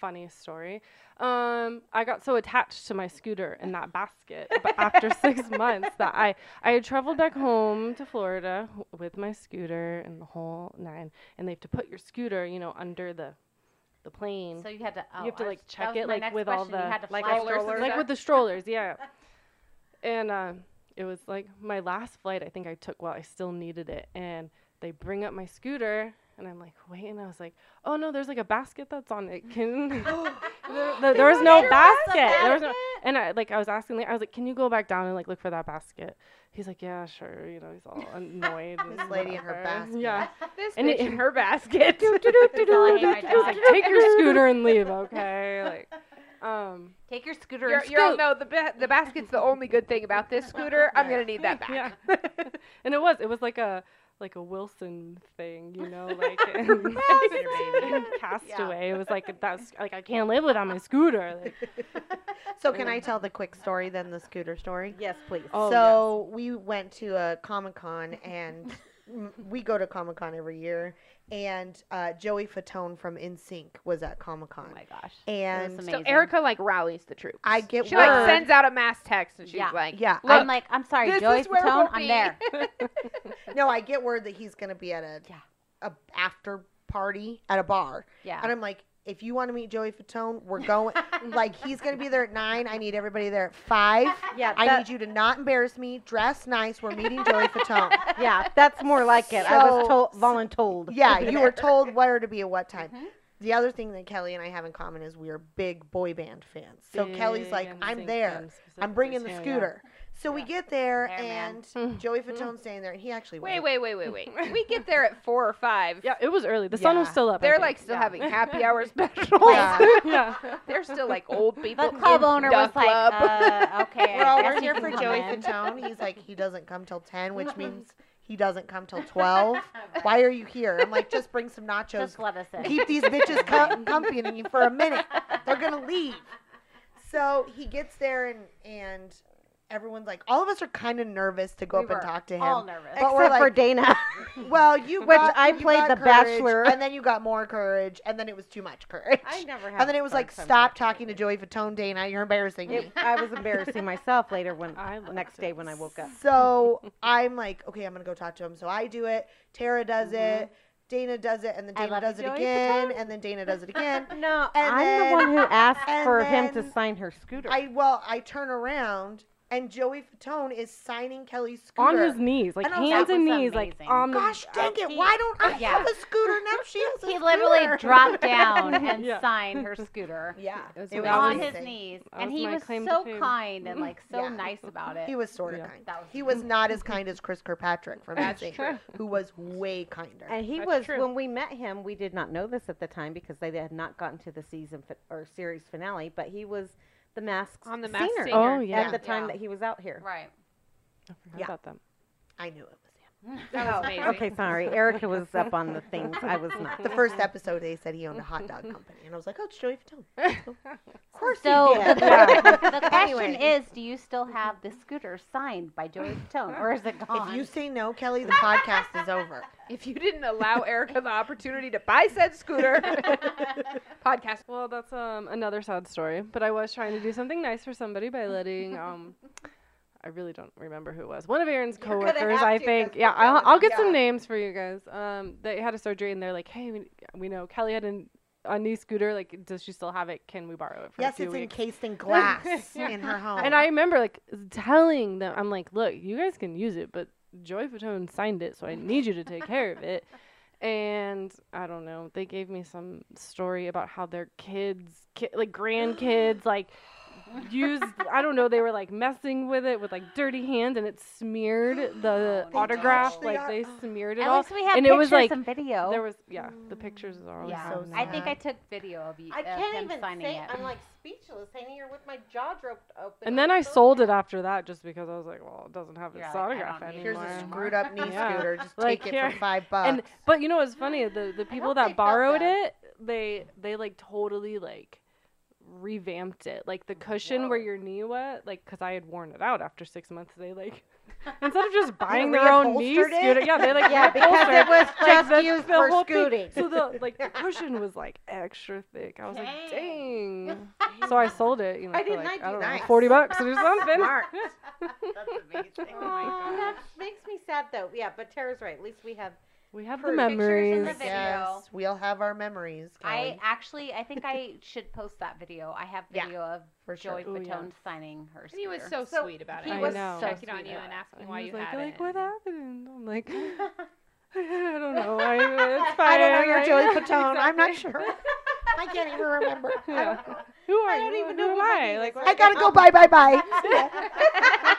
C: funny story. Um, I got so attached to my scooter and that basket but after six months that I I had traveled back home to Florida with my scooter and the whole nine, and they have to put your scooter, you know, under the the plane.
E: So you had to. Oh,
C: have to,
E: I
C: like,
E: was- that
C: check
E: was
C: it,
E: my
C: like,
E: next
C: with all
E: question. You
C: the-
E: had to
F: like
E: fly
F: strollers and
C: like with the strollers, yeah. and um, it was like my last flight I think I took while I still needed it, and they bring up my scooter, and I'm like, wait, and I was like, oh no, there's like a basket that's on it. Can there, there- there was no basket. There was no, and I like I was asking, like, I was like, can you go back down and like look for that basket? He's like, yeah, sure. You know, he's all annoyed. and
B: This lady and her
C: whatever.
B: basket.
C: Yeah.
D: this
C: And
D: bitch
C: it-
D: in her basket.
E: all I hate my
C: He's
E: dog.
C: like, take your scooter and leave, okay? Like, um,
E: Take your scooter
D: You're,
E: and
D: you're all,
E: scoot.
D: no, the ba- the basket's the only good thing about this scooter. I'm gonna need that back.
C: Yeah. and it was. It was like a like a Wilson thing, you know, like in, in Castaway. It was like that's like I can't live without my scooter. Like,
B: So can I tell the quick story then, the scooter story?
F: Yes, please.
C: Oh,
B: so we went to a Comic Con and m- we go to Comic Con every year. And uh, Joey Fatone from InSync was at Comic Con.
E: Oh my gosh.
B: and
E: amazing.
D: So Erica like rallies the troops.
B: I get
D: she
B: word-
D: like sends out a mass text and she's
E: Yeah.
D: like,
B: yeah,
D: Look,
E: I'm like, I'm sorry,
D: this
E: Joey
D: is where
E: Fatone,
D: we'll
E: I'm
D: be.
E: there.
B: no, I get word that he's going to be at a,
E: Yeah.
B: a after party at a bar. And
E: Yeah.
B: I'm like, if you want to meet Joey Fatone, we're going. like, he's going to be there at nine. I need everybody there at five.
F: Yeah,
B: I
F: that-
B: need you to not embarrass me. Dress nice. We're meeting Joey Fatone.
F: yeah, that's more like it. I was
B: So-
F: told, voluntold.
B: Yeah, you were told where to be at what time.
C: Mm-hmm.
B: The other thing that Kelly and I have in common is we are big boy band fans. So Kelly's
C: big
B: like,
C: and
B: I'm
C: sync
B: there.
C: fans
B: I'm bringing the
C: specifically, too, yeah. Mm-hmm.
B: scooter. So we get there,
E: There, man.
B: and Joey Fatone's standing there, and he actually
D: wait,
B: was
D: wait, wait, wait, wait. we get there at four or five.
C: Yeah, it was early. The sun was
B: Yeah.
C: still up. I
D: They're
C: think.
D: like still having happy hour specials.
B: Yeah.
C: yeah.
D: They're still like old people.
E: The club
D: in
E: owner was
D: duck
E: like,
D: club.
E: uh, okay.
B: We're all
E: I guess you
B: we're here
E: can
B: for
E: come
B: Joey
E: in.
B: Fatone. He's like, he doesn't come till ten, which means he doesn't come till twelve. Why are you here? I'm like, just bring some nachos.
E: Just let us in.
B: Keep these bitches co- accompanying you for a minute. They're gonna leave. So he gets there, and and everyone's like, all of us are kind of nervous to go
E: We
B: up and
E: were
B: talk to him.
E: All nervous.
B: But
F: Except
B: we're
F: for
B: like-
F: Dana.
B: Well, you
F: Which
B: got-
F: I
B: you
F: played
B: got
F: The
B: courage,
F: Bachelor.
B: and then you got more courage, and then it was too much courage.
F: I never have
B: And then it was
F: fun
B: like,
F: sometimes.
B: stop talking to Joey Fatone, Dana. You're embarrassing me.
F: It- I was embarrassing myself later when
C: I loved
F: next day when I woke up.
B: So I'm like, okay, I'm gonna go talk to him. So I do it. Tara does it. Dana does it, and then
E: I
B: Dana
E: love
B: does
E: you,
B: it
E: Joey
B: again, and then Dana does it again.
F: No,
B: And
F: I'm
B: then-
F: the one who asked
B: and
F: for him to
B: then
F: sign her scooter.
B: I well, I turn around, and Joey Fatone is signing Kelly's scooter.
C: on his knees, like
B: And I was
C: hands
B: like,
C: and
E: "That was
C: knees, like
E: amazing."
C: on the
B: Gosh dang it!
F: he-
B: Why don't I
E: Yeah.
B: have a scooter now? She has a
E: He literally
B: scooter.
E: dropped down and
C: Yeah.
E: signed her scooter
B: Yeah, it was,
C: amazing.
E: on his
B: amazing.
E: knees,
C: That
E: and
C: was
E: he
C: my
E: was
C: claim to
E: so
C: fame.
E: kind and like so
B: Yeah.
E: nice about it.
B: He was sort of
C: Yeah.
B: kind.
E: That was
B: He was not as kind as Chris Kirkpatrick from
D: That's
B: Insane,
D: true.
B: who was way kinder.
F: and he
C: That's
F: was
C: true.
F: when we met him. We did not know this at the time because they had not gotten to the season fi- or series finale. But he was the masks
D: On the masked
F: singer,
D: singer.
C: Oh,
F: at
C: yeah.
F: the time
E: Yeah.
F: that he was out here.
E: Right.
C: I forgot
B: Yeah.
C: about them.
B: I knew it was him.
H: "Oh,
D: That was amazing.
F: Okay, sorry. Erica was up on the things. I was not.
B: The first episode, they said he owned a hot dog company, and I was like, "Oh, it's Joey Fatone." Of course
E: So
B: he
E: the,
B: did.
E: the question
B: Anyway.
E: is, do you still have the scooter signed by Joey Fatone, or is it gone?
B: If you say no, Kelly, the podcast is over.
D: If you didn't allow Erica the opportunity to buy said scooter, podcast.
C: Well, that's um, another sad story, but I was trying to do something nice for somebody by letting um, I really don't remember who it was. One of Aaron's
B: You're gonna
C: coworkers,
B: have
C: I
B: to,
C: think.
B: 'cause
C: Yeah,
B: we're
C: I'll,
B: done.
C: I'll get
B: Yeah.
C: some names for you guys. Um, they had a surgery and they're like, hey, we, we know Kelly had an, a new scooter. Like, does she still have it? Can we borrow it for a
B: Yes,
C: few
B: it's
C: weeks?
B: encased in glass in her home.
E: Oh.
C: And I remember like telling them, I'm like, look, you guys can use it, but Joy Fatone signed it, so I need you to take care of it. And I don't know, they gave me some story about how their kids, ki- like grandkids, like used, I don't know, they were like messing with it with like dirty hands, and it smeared the
E: Oh, They
C: autograph,
B: touched the
C: like
B: au-
C: they smeared it
E: At
C: all.
E: least we have
C: and
E: pictures
C: it was like
E: and video.
C: There was, yeah, the pictures are always
E: yeah,
C: so
E: I think
B: sad.
E: I took video of you.
F: I
E: of
F: can't
E: him
F: even
E: signing
F: say.
E: it.
F: I'm like speechless, hanging here with my jaw dropped open.
C: And then
F: I'm
C: I
F: so
C: sold it after that just because I was like, well, it doesn't have
E: You're
C: its
E: like, I
C: autograph
E: don't need
C: anymore.
B: Here's
E: Anymore.
B: a screwed up knee
C: Yeah.
B: scooter. Just
C: Like,
B: take it for
C: here-
B: five bucks.
C: and but you know what's funny the the people
F: they
C: that
F: felt
C: borrowed
F: bad.
C: it they they like totally like revamped it like the cushion where your knee went like because i had worn it out after six months they like instead of just buying their own knee
B: reupholstered it?
C: scooter yeah they like
F: Yeah, because it
C: reupholstered.
F: was
C: Like,
F: just
C: the-
F: used
C: the whole
F: for scooting.
C: thing- so the like the cushion was like extra thick i was like dang so i sold it you know
F: I
C: for,
F: did
C: like,
F: not do
C: I don't know,
B: that.
C: 40 bucks or something
F: Smart.
B: That's amazing.
E: Oh
F: Aw, that makes me sad though. Yeah, but Tara's right. At least we have.
C: we have the
F: Pictures in the
C: memories
E: video.
B: Yes, we'll have our memories,
E: I
B: Kelly,
E: actually, I think I should post that video. I have
B: Yeah,
E: video of
B: for sure.
E: Joey
C: Ooh,
E: Fatone
C: yeah.
E: signing her.
H: And he was
E: scooter.
H: so,
F: So,
H: sweet about
F: he
H: it.
C: I was know. so
H: checking on
E: sweet
H: you
E: about
H: and
E: it.
H: asking
C: And
H: why
C: he
H: you
C: was
H: had
C: like,
H: it.
C: like what happened? I'm like, I don't know. I, it's fine.
B: I don't know. You're
C: like-
B: Joey Fatone. I'm not sure. I can't even remember. I,
C: Yeah.
B: don't know.
C: Who are
F: I don't
C: you?
F: even
C: Who
F: know
C: am
F: who that
C: I?
F: is.
C: Like,
B: I gotta go. Bye, bye, bye.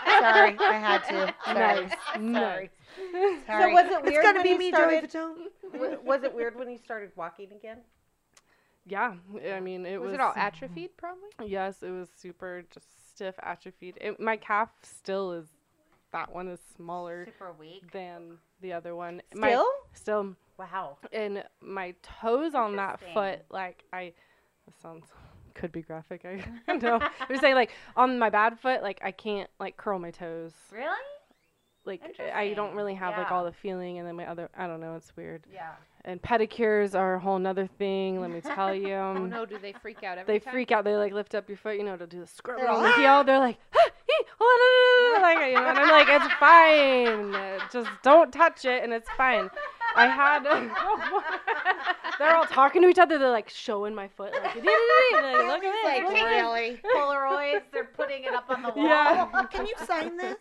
B: Sorry, I had to. Sorry.
C: nice, nice.
B: Sorry.
F: was it
B: It's
F: weird
B: gonna
F: when
B: be
F: you
B: me,
F: started-
B: Joey Fatone.
F: w- Was it weird when you started walking again?
C: Yeah, I mean, it
D: Was,
C: was.
D: it all atrophied? Probably.
C: Yes, it was super just stiff, atrophied. It, my calf still is. That one is smaller
E: super weak.
C: than the other one. My,
F: Still?
C: still.
F: Wow.
C: and my toes on that foot
E: Interesting.
C: like i this sounds could be graphic i don't know i'm just saying like on my bad foot like i can't like curl my toes
E: Really?
C: like i don't
E: Interesting.
C: really have like
E: Yeah.
C: all the feeling and then my other i don't know it's weird
E: Yeah.
C: and pedicures are a whole nother thing let me tell you Um,
H: Oh no, do they freak out every
C: they
H: time?
C: freak out they like lift up your foot you know to do the scrub
B: They're
C: on
B: all,
C: the heel they're like "Ah, ee, oh, no, no, no, no," like you know, and i'm like it's fine Uh, just don't touch it and it's fine i had they're all talking to each other they're like showing my foot like, "Dee, dee, dee, dee," like, look at
B: Like,
C: this look at
B: really?
E: Polaroids. They're putting it up on the
C: this."
E: wall.
C: yeah
B: Oh, Can you sign this?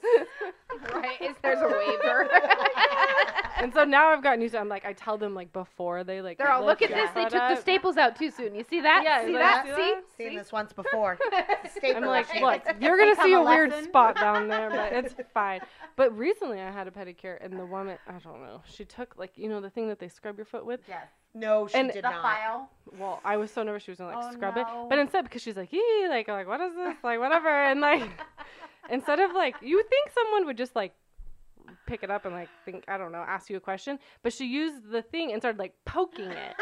H: Right? Is there's a waiver?
C: and so now i've gotten used to i'm like i tell them like before they like
H: They're all
C: lift
H: look at
C: your
H: this. They
C: foot
H: took the
C: up."
H: staples out too soon. You see that?
C: Yeah,
H: see
C: like,
H: that?
C: see
H: See?
C: that?
B: Seen this once before.
C: I'm
B: Staple
C: like,
B: machine.
C: look, you're gonna
E: become
C: see
E: a
C: a, weird
E: lesson.
C: spot down there, but it's fine. But recently, I had a pedicure, and the woman, I don't know, she took like you know the thing that they scrub your foot with.
E: Yes.
B: No, she
C: And
B: did
E: the
B: not.
E: file.
C: Well, I was so nervous she was gonna like
E: Oh,
C: scrub it,
E: no.
C: but instead because she's like, ee, like, I'm like what is this, like whatever, and like instead of like you would think someone would just like pick it up and like think I don't know, ask you a question, but she used the thing and started like poking it.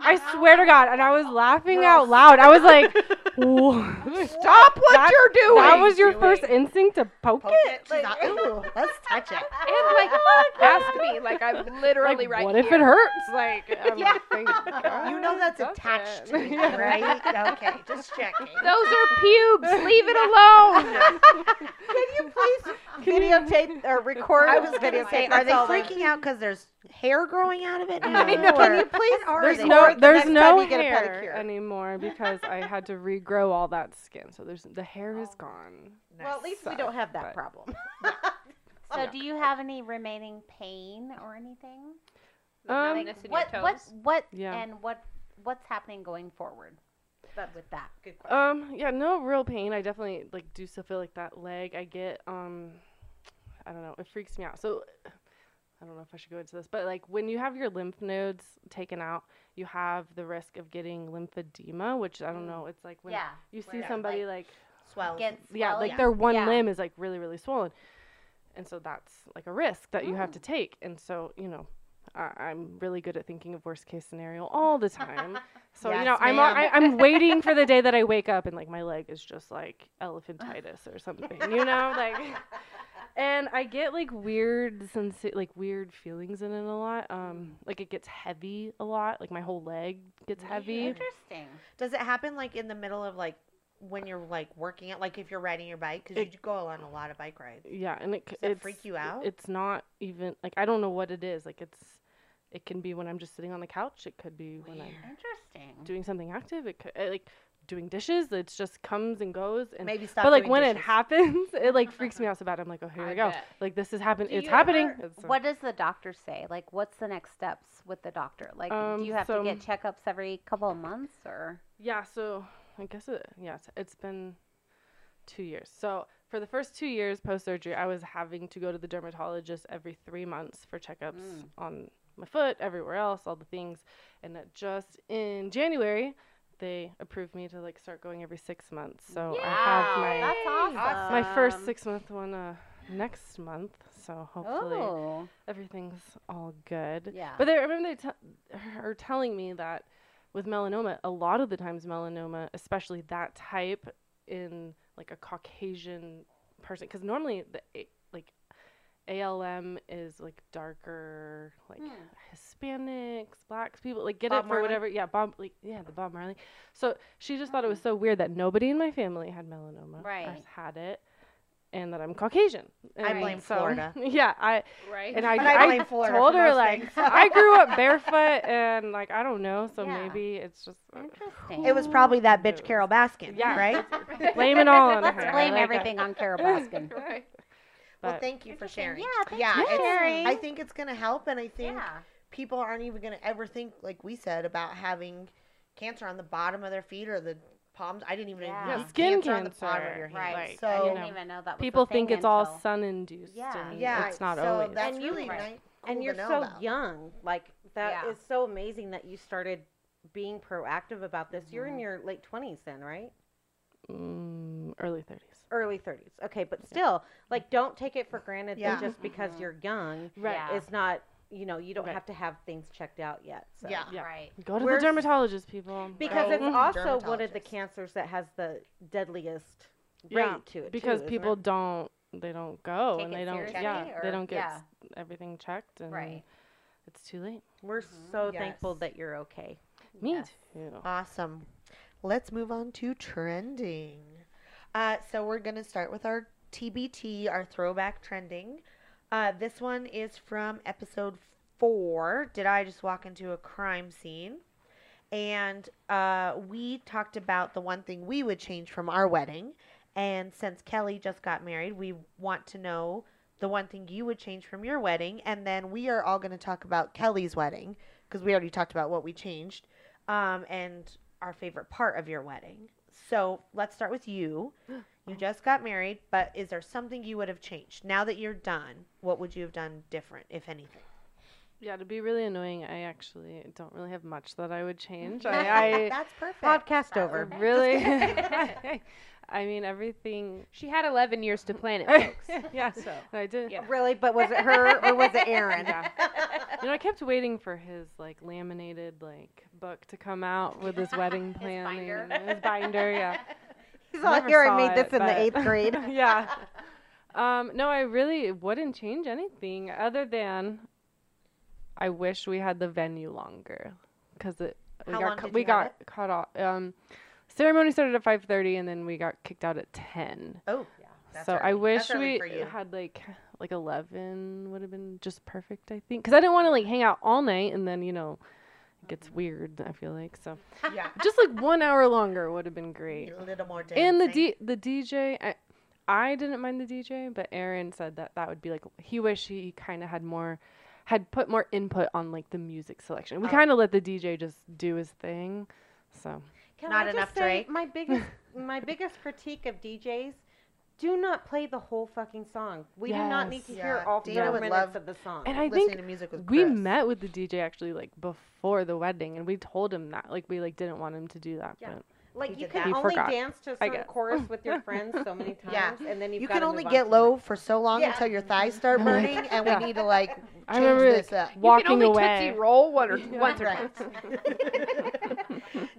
C: I swear to God, and I was laughing out loud. I was like, "Whoa."
G: Stop what
C: That-
G: you're doing.
C: That was your first instinct to poke,
B: Poke
C: it?
B: it. She's like, ooh, let's touch it.
H: And like, ask me. Like, I'm literally
C: Like,
H: right
C: what
H: here.
C: if it hurts? Like, I'm
H: Yeah.
C: thank God
B: You know that's
C: it
B: attached to
C: doesn't.
B: me, right? Okay, just checking.
H: Those are pubes. Leave it alone.
F: Videotape or record.
B: I was gonna
F: videotape.
B: say, are
F: That's
B: they
F: all that-
B: freaking out because there's hair growing out of it? Now,
C: I know.
B: Can you
C: Or-
B: please? Are
C: There's
B: they?
C: no,
F: Or
C: there's
F: next
C: no
F: time you get a
C: hair
F: pedicure.
C: anymore because I had to regrow all that skin. So there's the hair is gone.
F: Well, at least Oh. we
C: Sucks,
F: don't have that
C: but-
F: problem.
E: So, do you have any remaining pain or anything?
H: The
C: Um,
H: numbness in
E: what?
H: your
E: What?
H: toes.
E: What?
C: Yeah.
E: And what? What's happening going forward
F: That's
E: with that?
F: good question.
C: Um, yeah, no real pain. I definitely like do still feel like that leg. I get um, I don't know, it freaks me out. So I I don't know if I should go into this, but like when you have your lymph nodes taken out, you have the risk of getting lymphedema, which I don't know. It's like when
E: Mm. yeah.
C: you
E: where
C: see
E: it,
C: somebody like,
B: Swell.
E: Gets
C: yeah,
E: swelling.
C: like their one
E: Yeah.
C: limb is like really really swollen, and so that's like a risk that you have to take. And so you know, I, I'm really good at thinking of worst case scenario all the time. So you
B: Yes,
C: know, I'm al- I,
B: ma'am.
C: I'm waiting for the day that I wake up and like my leg is just like elephantitis or something. You know, like. And I get like weird sensi- like weird feelings in it a lot. Um, like it gets heavy a lot. Like my whole leg gets heavy.
E: Interesting.
B: Does it happen like in the middle of like when you're like working it, like if you're riding your bike? Because
C: It-
B: you go on a lot of bike rides.
C: Yeah, and it c-
B: Does that
C: it's-
B: freak you out?
C: It's not even like I don't know what it is. Like it's, it can be when I'm just sitting on the couch. It could be when I'm
E: Interesting.
C: doing something active. It could uh, like doing dishes. It just comes and goes. And
B: Maybe stop.
C: but like
B: doing
C: when it
B: dishes.
C: happens, it like freaks me out so bad. I'm like, oh here
H: I
C: we go.
H: bet.
C: Like this is happening.
E: Do
C: It's
E: you
C: happening.
E: ever-
C: And so-
E: What does the doctor say? Like, what's the next steps with the doctor? Like,
C: Um,
E: do you have
C: so-
E: to get checkups every couple of months or?
C: Yeah, so I guess it yeah, it's, it's been two years. So for the first two years post surgery, I was having to go to the dermatologist every three months for checkups
E: Mm.
C: on my foot, everywhere else, all the things. And that just in January, they approved me to like start going every six months. So I have my
E: that's awesome.
C: my first six month one uh, next month. So hopefully
E: Oh,
C: everything's all good.
E: yeah.
C: But they, I remember they t- her telling me that with melanoma, a lot of the times melanoma, especially that type in like a Caucasian person, because normally the A- like ALM is like darker, like
E: Hmm.
C: Hispanics, blacks people, like get
B: Bob
C: it for
B: Marley?
C: whatever. Yeah, Bob, like yeah, the Bob Marley. So she just thought it was
B: Hmm.
C: so weird that nobody in my family had melanoma. or
E: Right.
C: had it. And that I'm Caucasian.
B: I
C: And
B: blame
C: so-
B: Florida.
C: Yeah, I
H: right?
C: and I,
B: But I
C: I,
B: blame Florida
C: told
B: for
C: her
B: most
C: like
B: things.
C: I grew up barefoot and like I don't know, so
E: Yeah.
C: maybe it's just uh,
E: Interesting.
B: It was probably that
C: Who
B: bitch
C: knows?
B: Carol Baskin,
C: Yeah.
B: right?
C: blame it all on
E: Let's
C: her. I
E: blame
C: like it.
E: everything on Carol Baskin.
H: right.
B: well,
C: But-
B: thank you for sharing.
E: Yeah, thanks
B: yeah,
E: for
B: it's-
E: sharing.
B: I think it's gonna help, and I think
E: yeah.
B: people aren't even going to ever think, like we said, about having cancer on the bottom of their feet or the palms. I didn't even
E: Yeah.
B: know
C: Yeah,
B: you
C: skin
B: cancer on the bottom of
C: cancer,
B: your hand.
E: Right.
C: Like,
B: So-
E: I
B: you
E: didn't
C: know,
E: even know that was
C: people
E: a thing
C: think it's all
E: until-
C: sun induced.
E: Yeah.
C: and
B: Yeah,
C: it's not
B: so
C: always.
B: That's
F: And you-
B: really
E: Right.
B: nice.
F: and
B: cool
F: you're
B: to know
F: so
B: about.
F: young. Like that is
E: Yeah.
F: so amazing that you started being proactive about this. You're in your late twenties then, right?
C: mm, early thirties.
F: Early thirties. Okay, but still, like, don't take it for granted
B: Yeah.
F: that just because you're young,
C: Right.
E: Yeah.
F: it's not. You know, you don't
C: Right.
F: have to have things checked out yet. So.
B: Yeah.
C: Yeah.
E: Right.
C: Go to
F: We're
C: the
F: s-
C: dermatologist, people.
F: Because
B: Right.
F: it's also one of the
B: Dermatologist.
F: cancers that has the deadliest rate
C: Yeah,
F: to it. too,
C: because
F: isn't
C: people
F: it?
C: don't they don't go
E: Take
C: and
E: it
C: they don't
E: seriously,
C: yeah
E: or-
C: they don't get
E: yeah.
C: s- everything checked and
E: Right.
C: it's too late.
F: we're so
B: Yes.
F: thankful that you're okay.
C: Me
E: Yes.
C: too.
B: Awesome. Let's move on to trending. Uh, so we're going to start with our TBT, our throwback trending. Uh, this one is from episode four Did I Just Walk Into a Crime Scene? And uh, we talked about the one thing we would change from our wedding. And since Kelly just got married, we want to know the one thing you would change from your wedding. And then we are all going to talk about Kelly's wedding because we already talked about what we changed um, and our favorite part of your wedding. So let's start with you. You just got married, but is there something you would have changed? Now that you're done, what would you have done different, if anything?
C: Yeah, to be really annoying, I actually don't really have much that I would change. I,
B: That's perfect.
F: Podcast
C: I
F: over.
C: really, I mean everything.
H: She had 11 years to plan it, folks.
C: yeah,
H: So.
C: I did.
H: Yeah.
F: Really, but was it her or was it Aaron?
C: Yeah. You know, I kept waiting for his like laminated like book to come out with his wedding planning.
E: binder.
C: and His binder, yeah.
F: He's
C: all, Never "Aaron saw made this it, in the but- eighth
F: grade.
C: yeah. Um, no, I really wouldn't change anything other than I wish we had the venue longer because it we
B: How
C: got
B: long
C: cu-
B: did
C: we
B: you have
C: got cut off. Um, ceremony started at five thirty and then we got kicked out at ten.
B: Oh, yeah. that's
C: so
B: early.
C: I wish
B: That's early
C: we
B: for you.
C: had like like eleven would have been just perfect. I think because I didn't want to like hang out all night and then you know it gets
B: Mm-hmm.
C: weird. I feel like so
B: Yeah.
C: just like one hour longer would have been great.
B: A little more dancing.
C: And the D- the DJ, I, I didn't mind the DJ, but Aaron said that that would be like he wished he kind of had more, had put more input on like the music selection. We
B: Oh.
C: kind of let the DJ just do his thing, so
F: Can
B: Not
F: I just
B: enough
F: say
B: Drake.
F: My biggest my biggest critique of DJs do not play the whole fucking song. We do not need to hear
B: Yeah,
F: all
B: Dana
F: four
B: would
F: minutes
B: love-
F: of the song.
B: And
C: And I
B: listening
C: think
B: to music with
C: we
B: Chris.
C: met with the DJ actually like before the wedding, and we told him that like we like didn't want him to do that.
F: Yeah.
C: But
F: like
B: He
F: you
B: did
F: can
C: that. He
F: only
C: forgot.
F: dance to a
C: I
F: certain
C: guess.
F: chorus with your friends so many times,
B: Yeah.
F: and then you've
B: You
F: gotta
B: can only
F: move on
B: get
F: to the
B: low for so long
F: Yeah.
B: until your thighs start
C: Yeah.
B: burning, and
C: Yeah.
B: we need to like change
C: I remember
B: this up.
C: walking
D: you can only
C: away.
D: tootsie roll one or once or
B: Right.
D: twice.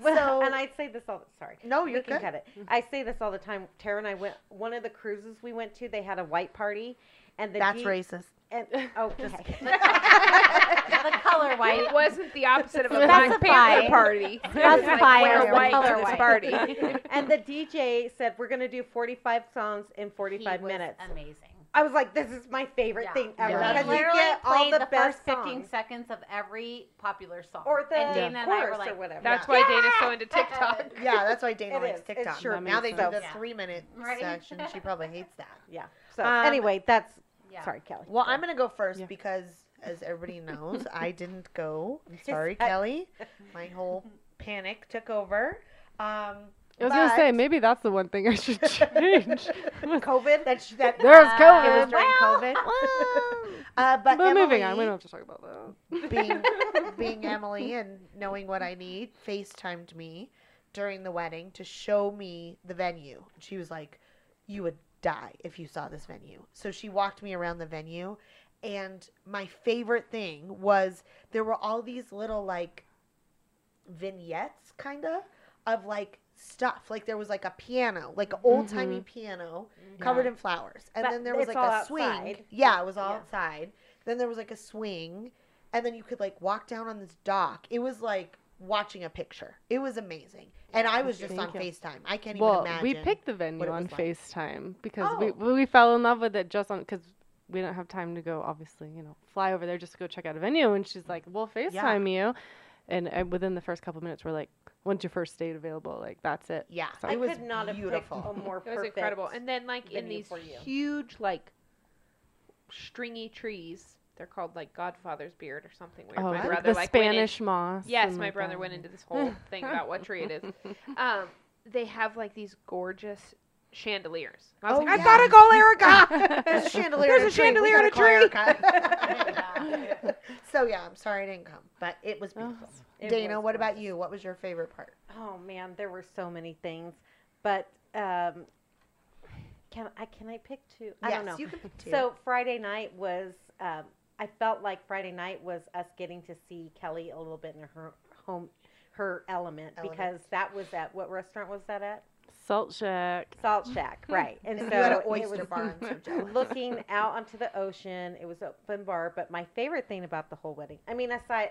F: Well,
B: So-
F: and I say this all. Sorry,
B: No,
F: we
B: you're
F: can
B: good. Mm-hmm.
F: cut it. I say this all the time. Tara and I went. One of the cruises we went to, they had a white party, and the
B: That's
F: D-
B: racist.
F: And, oh, okay.
E: the color white.
D: It wasn't the opposite of a
E: Specify.
D: Black Panther party. It was like,
E: Specify
D: wear
E: the
D: white
E: color
D: to this
E: white.
D: party.
F: and the DJ said we're gonna do 45 songs in
E: He
F: 45
E: was
F: minutes.
E: Amazing.
F: I was like, this is my favorite
E: Yeah.
F: thing ever
B: Yeah.
F: because
E: He
F: you
E: literally
F: get all
E: played
F: the,
E: the,
F: best
E: first 15
F: songs
E: seconds of every popular song.
F: or the
E: and Dana and I
F: chorus
E: were like,
F: or whatever.
D: That's
B: Yeah.
D: why Dana's so into TikTok.
B: Yeah, that's why Dana
F: It
B: likes
F: is. It
B: TikTok.
F: sure
B: now they
C: makes
B: do
F: sense.
B: the
E: Yeah.
B: three minute
E: Right?
B: section. She probably hates that.
F: yeah. So
B: Um,
F: anyway, that's
E: yeah.
F: sorry, Kelly.
B: Well, I'm gonna go first
C: Yeah.
B: because, as everybody knows, I didn't go. I'm
F: Yes,
B: sorry,
F: I-
B: Kelly. My whole panic took over. Um,
C: I was gonna say
B: but-
C: maybe that's the one thing I should change.
B: COVID. That, sh- that
C: There's
E: Uh,
B: It
C: COVID.
B: was during COVID. Uh, but
C: but moving on, we
B: Emily-
C: don't have to talk about that.
B: being being Emily and knowing what I need, FaceTimed me during the wedding to show me the venue. And she was like, You would die if you saw this venue. So she walked me around the venue and my favorite thing was there were all these little like vignettes kinda of like stuff. Like there was like a piano, like an old timey piano covered in flowers. And
F: Mm-hmm. But
B: then there was
F: it's
B: like
F: all
B: a swing.
F: outside.
B: Yeah, it was all
F: Yeah.
B: outside. Then there was like a swing and then you could like walk down on this dock. It was like watching a picture. It was amazing. And I was just
C: Thank
B: on
C: you.
B: FaceTime. I can't
C: well,
B: even imagine.
C: we picked the
B: what
C: venue
B: it
C: on
B: was like.
C: FaceTime because we
D: Oh.
C: we fell in love with it just on because we didn't have time to go obviously you know fly over there just to go check out a venue and she's like we'll FaceTime you, and, and within the first couple minutes we're like when's your first date available like that's it
B: Yeah.
C: So-
F: I
B: it was
F: could not
B: beautiful.
F: have picked a more
D: It was
F: perfect.
D: incredible. And then like in
F: venue
D: these
F: for you.
D: huge like stringy trees, they're called like Godfather's beard or something. Weird.
C: oh
D: my
C: the- the
D: brother like went in-
C: Spanish moss
D: yes,
C: and,
D: my
C: like,
D: brother
C: all
D: went
C: that.
D: into this whole thing about what tree it is. Um, they have like these gorgeous chandeliers. I was
B: Oh,
D: like,
B: yeah.
D: I gotta go, Erica.
B: There's a chandelier.
D: There's a
B: in
D: chandelier
B: a
D: in
B: tree. We
D: a
B: gotta call
E: Yeah.
B: Erica. so yeah, I'm sorry I didn't come, but it was beautiful.
F: It
B: Dana,
F: was
B: what about
F: gorgeous.
B: you? What was your favorite part?
F: Oh man, there were so many things, but um, can I can I pick two? I
B: yes,
F: don't know.
B: you can pick two.
F: So Friday night was, um, I felt like Friday night was us getting to see Kelly a little bit in her home, her element, because that was at what restaurant was that at?
C: salt shack
F: Salt Shack, right?
B: and
F: And
B: you
F: so
B: had an
F: it
B: oyster
F: was
B: bar. I'm so jealous.
F: looking out onto the ocean. It was open bar, but my favorite thing about the whole wedding, I mean, aside,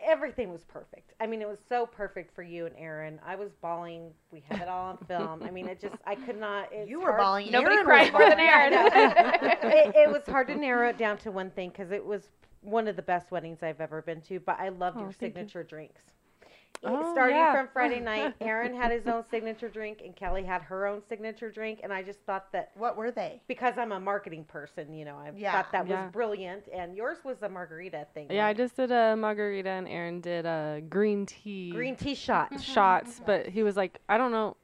F: everything was perfect. I mean, it was so perfect for you and Aaron. I was bawling. We had it all on film. I mean, it just, I could not. It's
B: you were
F: hard-
B: balling.
D: Nobody
B: Aaron was
D: cried more than
B: bawling.
D: Aaron.
F: it, it was hard to narrow it down to one thing because it was one of the best weddings I've ever been to. But I loved
C: Oh,
F: your
C: thank you.
F: signature drinks. E-
C: Oh,
F: Starting
C: yeah.
F: from Friday night, Aaron had his own signature drink and Kelly had her own signature drink. And I just thought that
B: What were they?
F: because I'm a marketing person, you know, I
B: Yeah.
F: thought that
C: Yeah.
F: was brilliant. And yours was the margarita thing.
C: yeah I
F: right?
C: just did a margarita and Aaron did a green tea
F: green tea shot.
C: shots but he was like I don't know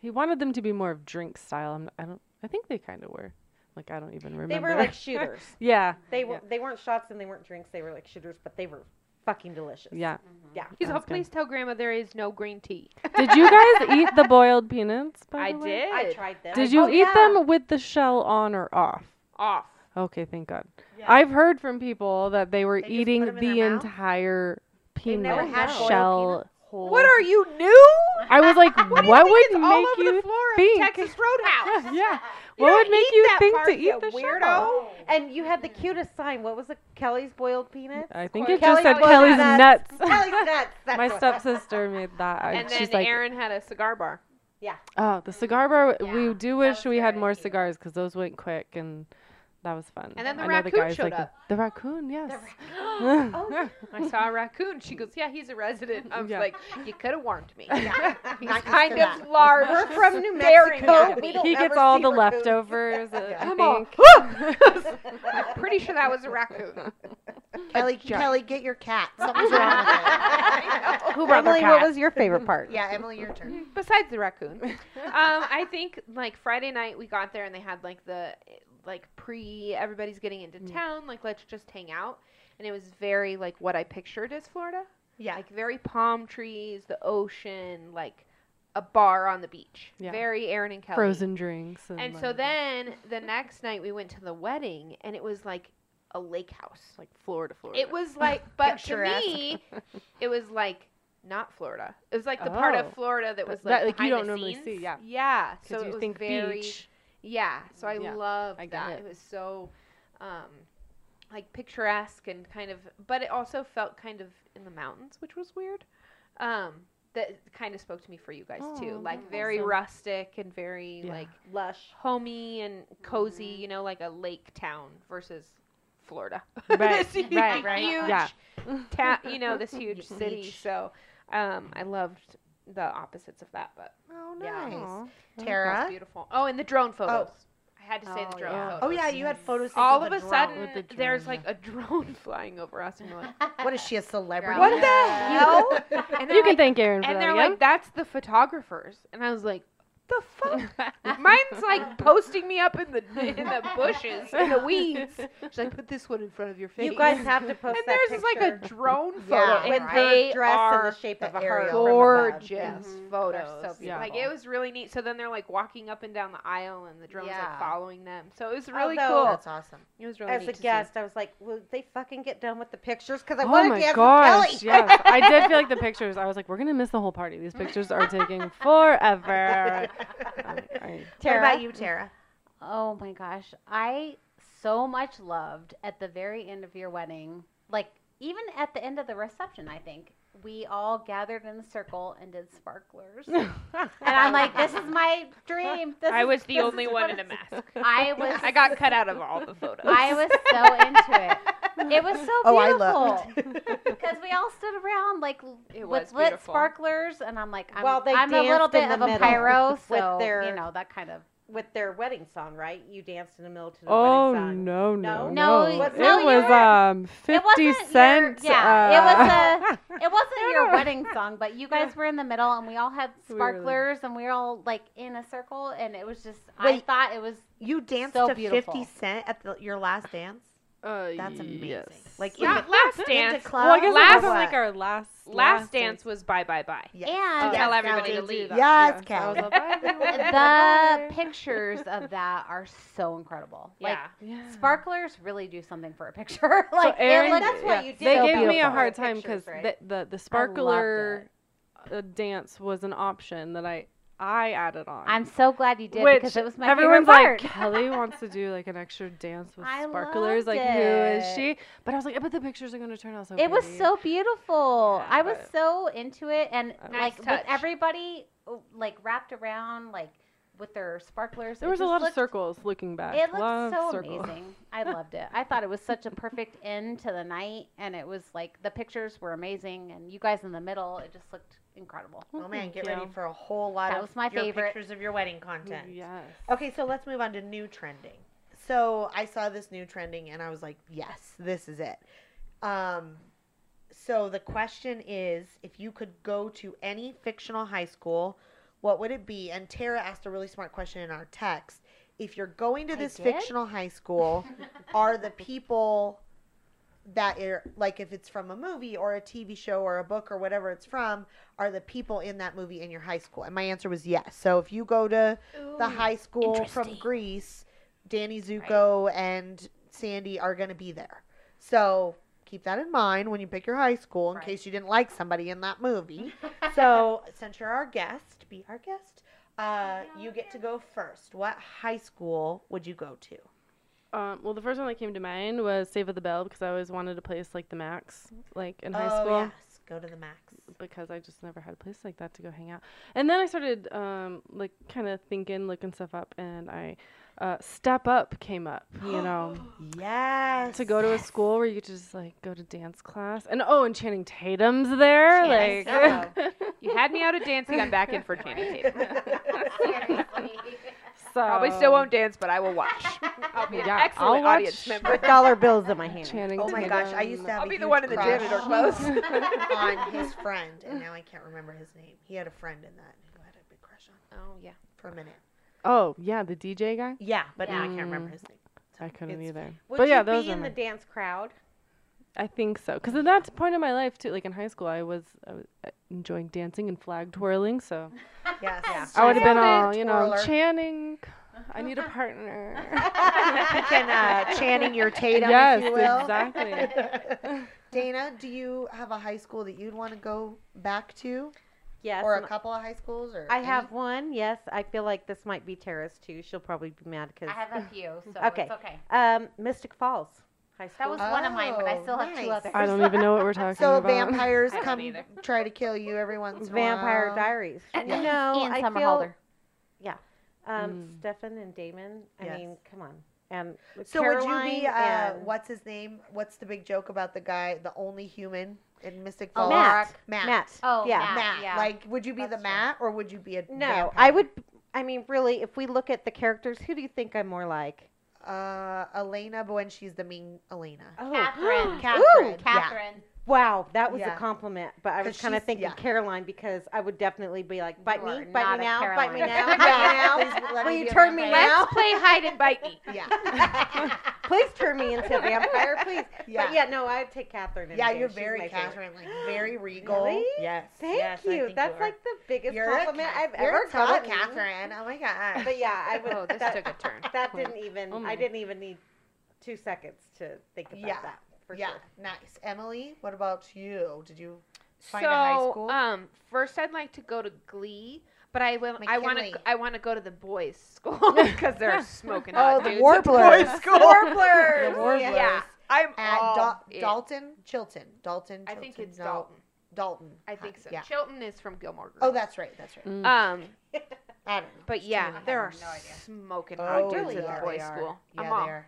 C: he wanted them to be more of drink style I'm, I don't I think they kind of were like I don't even remember
F: They were like shooters.
C: yeah
F: They were they weren't shots and they weren't drinks. They were like shooters, but they were fucking delicious.
C: yeah
F: Yeah.
D: He's
C: Sounds
D: all,
C: good.
D: please tell Grandma there is no green tea.
C: Did you guys eat the boiled peanuts? By
D: I
C: the way?
D: did.
F: I tried them.
C: Did you
D: Oh,
C: eat
D: yeah.
C: them with the shell on or off?
D: Off.
C: Okay, thank God. I've heard from people that they were
B: They just put
C: eating
B: 'em in
C: the
B: their mouth?
C: entire peanut
B: never had boiled
C: shell whole.
D: What are you new?
C: I was like, what, would
D: all
C: make
D: over
C: you
D: the floor
C: think?
D: of Texas Roadhouse.
C: yeah. What would make
D: eat
C: you
D: that
C: think
D: part,
C: to
D: you
C: eat the
D: weirdo.
C: shell?
F: And you had the cutest sign. What was it? Kelly's boiled peanuts.
C: I think
D: Or
C: it just
D: Kelly
C: said
D: always
C: Kelly's
F: does.
C: nuts.
F: Kelly's nuts. That's
C: My
F: what-
C: stepsister made that. I-
D: And then
C: She's like,
D: Aaron had a cigar bar.
C: oh, the cigar bar. we do wish
E: was
C: we had
E: very
C: more
E: cute.
C: cigars because those went quick and that was fun.
D: And then the
C: I know
D: raccoon
C: guys
D: showed
C: the-
D: up. Oh,
C: The raccoon, yes.
D: I saw a raccoon. She goes, "Yeah, he's a resident." I was
C: Yeah.
D: like, "You could have warned me."
B: Not
D: He's
B: used to
D: kind
B: that.
D: of large.
F: We're from New
D: staring
F: Mexico.
D: at
F: We
D: me.
F: don't
C: he
F: ever
C: gets all
F: see
C: the
F: raccoons.
C: leftovers. uh, I
D: Come on.
C: think.
D: I'm pretty sure that was a raccoon.
B: Kelly, Kelly, get your cat. Something's wrong with it.
I: Who Emily, what was your favorite part?
B: Yeah, Emily, your turn.
D: Besides the raccoon, um, I think like Friday night we got there and they had like the like pre everybody's getting into
C: Mm.
D: town. Like let's just hang out, and it was very like what I pictured as Florida.
B: Yeah.
D: like very palm trees, the ocean, like a bar on the beach.
C: Yeah.
D: Very Aaron and Kelly.
C: Frozen drinks. And,
D: And
C: like,
D: so then the next night we went to the wedding and it was like a lake house.
C: like Florida, Florida.
D: It was like, but to
B: Picturesque.
D: me, it was like not Florida. It was like the part
C: Oh.
D: of Florida that
C: But
D: was like,
C: that, like, you
D: behind
C: don't
D: the
C: normally
D: scenes.
C: see, yeah.
D: yeah. So
C: because
D: it
C: you
D: was
C: think
D: very
C: beach.
D: yeah. So I
C: Yeah,
D: love
C: I get
D: that.
C: it.
D: It. was so um, like picturesque and kind of, but it also felt kind of in the mountains, which was weird. Um, that kind of spoke to me for you guys too,
C: Oh,
D: like very rustic and very
C: Yeah.
D: like
F: Lush.
D: homey and cozy,
C: Mm-hmm.
D: you know, like a lake town versus Florida.
C: Right,
D: This huge-
B: right, right.
D: Huge
C: Yeah.
D: ta- you know, this huge city.
B: Beach.
D: So um, I loved the opposites of that, but
B: Oh,
D: Yeah.
B: nice.
D: that's
B: Tara.
D: beautiful. Oh, and the drone photos. I had to say the
E: Oh,
D: drone
C: yeah.
D: photos.
B: Oh yeah, you had photos.
D: All
B: taken
D: of
B: with
D: a
B: drone.
D: sudden,
C: With the
D: there's
C: drone,
D: like a drone flying over us, and we're like,
B: what is she a celebrity?
D: "What
E: Yeah.
D: the hell?" And they're
C: you can
D: like-
C: thank Aaron for
D: and
C: that.
D: they're
C: yeah?
D: like, "That's the photographers," and I was like, "The fuck!" Mine's like posting me up in the in the bushes in the weeds. She's like, "Put this one in front of your face."
F: You guys have to post that
D: and there's
F: picture.
D: like a drone photo,
B: Yeah,
D: and
F: with
D: they
F: her dress
D: are
F: in the shape of a
B: aerial
F: heart.
B: from
D: gorgeous
E: Mhm.
D: photos.
F: They're so
C: Yeah.
D: Like it was really neat. So then they're like walking up and down the aisle, and the drones
F: Yeah.
D: like following them. So it was really
F: Although-
D: cool.
B: That's awesome.
D: it was really
F: As
D: neat
F: a
D: to see.
F: guest, I was like, "Will they fucking get done with the pictures? Because I
C: oh
F: want
C: my
F: to dance
C: gosh,
F: with Kelly."
C: yes. I did feel like the pictures. I was like, we're gonna miss the whole party. These pictures are taking forever. I- I-
B: Tara. What about you, Tara?
E: Oh my gosh. I so much loved at the very end of your wedding, like even at the end of the reception, I think. We all gathered in a circle and did sparklers. and I'm like, this is my dream. This
D: I
E: is-
D: was the
E: this
D: only
E: is
D: one
E: what
D: in a
E: it's-
D: mask.
E: I was
D: I got cut out of all the photos.
E: I was so into it. It was so beautiful.
B: Oh, I looked.
E: Because we all stood around like l-
D: It
E: with
D: was
E: lit
D: beautiful.
E: sparklers, and I'm like, I'm,
F: Well, they
E: I'm a little
F: danced
E: bit
F: in the
E: of a
F: middle
E: pyro,
F: with
E: so you
F: their-
E: know that kind of.
F: With their wedding song, right? You danced in the middle to the
C: Oh
F: wedding song.
C: no
F: No?
C: no
E: No,
C: no!
E: y-
C: It
E: no,
C: was
E: you're-
C: um fifty
E: it wasn't
C: cent.
E: Your, yeah, it was a. It wasn't your
C: no.
E: wedding song, but you guys were in the middle, and we all had
C: We were like-
E: sparklers, and we were all like in a circle, and it was just. I
B: Wait.
E: thought it was.
B: You danced
E: So
B: to
E: beautiful.
B: Fifty Cent at the, your last dance.
C: uh,
B: That's amazing.
C: yes.
B: Like in
D: Not
B: the-
D: last
B: in the
D: dance.
B: club.
C: well, I guess
D: last-
C: it wasn't like our last
D: Last dance was bye bye bye.
B: Yes.
E: And-
B: Yes,
D: Tell
B: Kelly.
D: everybody to leave.
C: Yeah,
B: Yes,
C: so I
B: Kelly.
C: was like, "Bye, everyone,
E: The
C: bye."
E: pictures of that are so incredible. Like
D: yeah.
C: Yeah.
E: sparklers really do something for a picture. like it
C: Aaron-
E: looked-
F: That's why you did.
C: They
E: so
C: gave me a
E: beautiful.
C: hard time
F: Pictures,
C: because
F: right?
C: the, the the sparkler uh, dance was an option that I I added on.
E: I'm so glad you did because it was my
C: everyone's
E: favorite
C: like
E: part.
C: Kelly wants to do like an extra dance with
E: I
C: sparklers. Like
E: loved
C: who is
E: it.
C: she? But I was like, I bet the pictures are gonna turn out so.
E: it was
C: pretty."
E: so beautiful.
C: Yeah,
E: I was
C: but-
E: so into it, and
C: Nice
E: like with
D: touch.
E: everybody oh, like wrapped around like with their sparklers.
C: There
E: it
C: was a
E: just
C: lot
E: looked,
C: of circles looking back.
E: It looked
C: Love
E: so
C: circles.
E: amazing. I loved it. I thought it was such a perfect end to the night, and it was like the pictures were amazing, and you guys in the middle. It just looked incredible.
B: Oh man,
C: Thank
B: get
C: you.
B: ready for a whole lot
E: That
B: of
E: was my
B: your
E: favorite.
B: pictures of your wedding content.
C: Yes.
B: Okay, so let's move on to new trending. So I saw this new trending and I was like, yes, this is it. Um, so the question is if you could go to any fictional high school, what would it be? And Tara asked a really smart question in our text. If you're going to this
E: did?
B: fictional high school, are the people that are like if it's from a movie or a TV show or a book or whatever it's from, are the people in that movie in your high school? And my answer was yes. So if you go to the high school from Greece, Danny Zuko and Sandy are going to be there. So keep that in mind when you pick your high school in
E: Right.
B: case you didn't like somebody in that movie. so since you're our guest, be our guest. Uh, you get to go first. What high school would you go to?
C: Um, well, the first one that came to mind was Save of the Bell because I always wanted a place like the Max, like in high
B: oh,
C: school.
B: yes. Go to the max.
C: because I just never had a place like that to go hang out. And then I started um, like kind of thinking, looking stuff up, and I uh, Step Up came up, you know,
B: Yes.
C: to go to a school where you could just like go to dance class. And oh, and Channing Tatum's there,
E: Channing
C: like
D: You had me out of dancing. I'm back in for Channing Tatum.
C: Seriously.
D: Probably still won't dance, but I will watch. I'll be an
G: Yeah,
D: excellent
G: I'll watch.
D: audience member.
F: With dollar bills in my hand.
G: Channing
B: Oh my gosh, I used to have
D: I'll
B: a
D: be the
B: huge
D: one in the
B: crush
D: janitor clothes.
B: on his friend, and now I can't remember his name. He had a friend in that who I had a big crush on
D: oh yeah.
B: for a minute.
G: Oh yeah, the DJ guy.
B: Yeah, but now I can't
G: Yeah.
F: Mm.
B: remember his name.
G: I couldn't
B: It's-
G: either.
F: Would
G: but yeah,
F: you
G: those
F: be
G: are
F: in
G: my-
F: the dance crowd?
G: I think so. Because at that point in my life too, like in high school, I was, I was uh, enjoying dancing and flag twirling. So
B: Yes.
G: I would have been
D: Solid
G: all, you know,
B: twirler.
G: Channing. I need a partner.
B: You can uh, Channing your Tatum,
G: yes,
B: if you will.
G: exactly.
B: Dana, do you have a high school that you'd want to go back to,
F: Yes.
B: or a
F: and
B: couple of high schools, or
F: I
E: Mm-hmm.
B: any?
F: have one. Yes, I feel like this might be Tara's too. She'll probably be mad because
E: I have a few, so
F: Okay.
E: it's okay.
F: um, Mystic Falls High School.
E: That was one of mine, but I
B: Oh,
E: still have two
B: nice.
E: others.
G: I don't even know what we're talking
B: So
G: about.
B: vampires
D: I don't
B: come
D: either.
B: try to kill you every once in a
F: Um, Vampire
B: while.
F: Diaries. You
E: Yes.
F: know,
E: Ian
F: I feel
E: Somerhalder.
F: um,
G: Mm.
F: Stefan and Damon. I
B: Yes.
F: mean, come on. And
B: So would you
F: Caroline
B: be uh,
F: and
B: what's his name? What's the big joke about the guy, the only human in Mystic
E: Oh,
B: Falls?
F: Matt.
B: Matt.
F: Matt.
E: Oh,
F: Yeah.
E: Matt,
B: Matt.
E: yeah.
B: Like, would you be
E: That's
B: the
E: true.
B: Matt or would you be a
F: No,
B: vampire?
F: I would. I mean, really, if we look at the characters, who do you think I'm more like?
B: Uh, Elena, but when she's the mean Elena.
F: Oh,
E: Catherine.
B: Catherine.
E: Catherine.
F: wow, that was
B: Yeah.
F: a compliment. But I was
B: 'Cause
F: kind of
B: she's-
F: thinking
B: yeah.
F: Caroline because I would definitely be like, bite
E: You
F: me,
E: are
F: bite
E: not
F: me
E: a
F: now, bite me
E: Caroline.
F: now,
B: Yeah.
F: bite me
B: Please
F: now.
B: let
F: Will
B: me
F: you
B: be a
F: turn me
B: vampire.
F: now?
D: Let's play hide and bite me.
B: Yeah.
F: Please turn me into a vampire, please.
B: Yeah.
F: But yeah, no, I'd take Catherine. any
B: yeah,
F: day.
B: you're
F: She's
B: very
F: my favorite.
B: Catherine, like very regal.
F: Really?
B: Yes.
F: Thank
B: yes, I
F: you.
B: think
F: That's
B: are.
F: like the biggest
B: You're a
F: compliment
B: Cath-
F: I've
B: you're
F: ever
B: a tall
F: gotten.
B: Catherine. Oh my god.
F: But yeah, I would.
D: Oh, this
F: that,
D: took a turn.
F: that didn't even.
G: Oh
F: I
G: my.
F: didn't even need two seconds to think about
B: Yeah.
F: that. For
B: yeah,
F: sure.
B: nice. Emily, what about you? Did you Find
D: so,
B: a high school?
D: um, first I'd like to go to Glee, but I will. I want to.
B: McKinley. Oh,
D: I want to go to the boys' school because they're smoking hot Oh, dudes. at
B: Warblers.
D: boys'
B: The
D: school.
B: Warblers.
D: Yeah, I'm
B: At
D: all
B: Dal-
D: in.
B: Dalton Chilton. Dalton.
D: I think
B: Chilton.
D: it's
B: No,
D: Dalton.
B: Dalton.
D: I
B: Huh,
D: think so.
B: Yeah.
D: Chilton is from Gilmore Girls.
B: Oh, that's right. That's right.
G: Mm.
D: Um,
B: I don't know.
D: but yeah,
E: many.
D: there
E: I
D: are
E: have no idea.
D: smoking
B: Oh,
D: hot dudes
B: really
D: at
B: are.
D: the
B: They
D: boys'
B: are.
D: school.
B: Yeah,
D: I'm
B: they
D: all, Hmm.
B: are.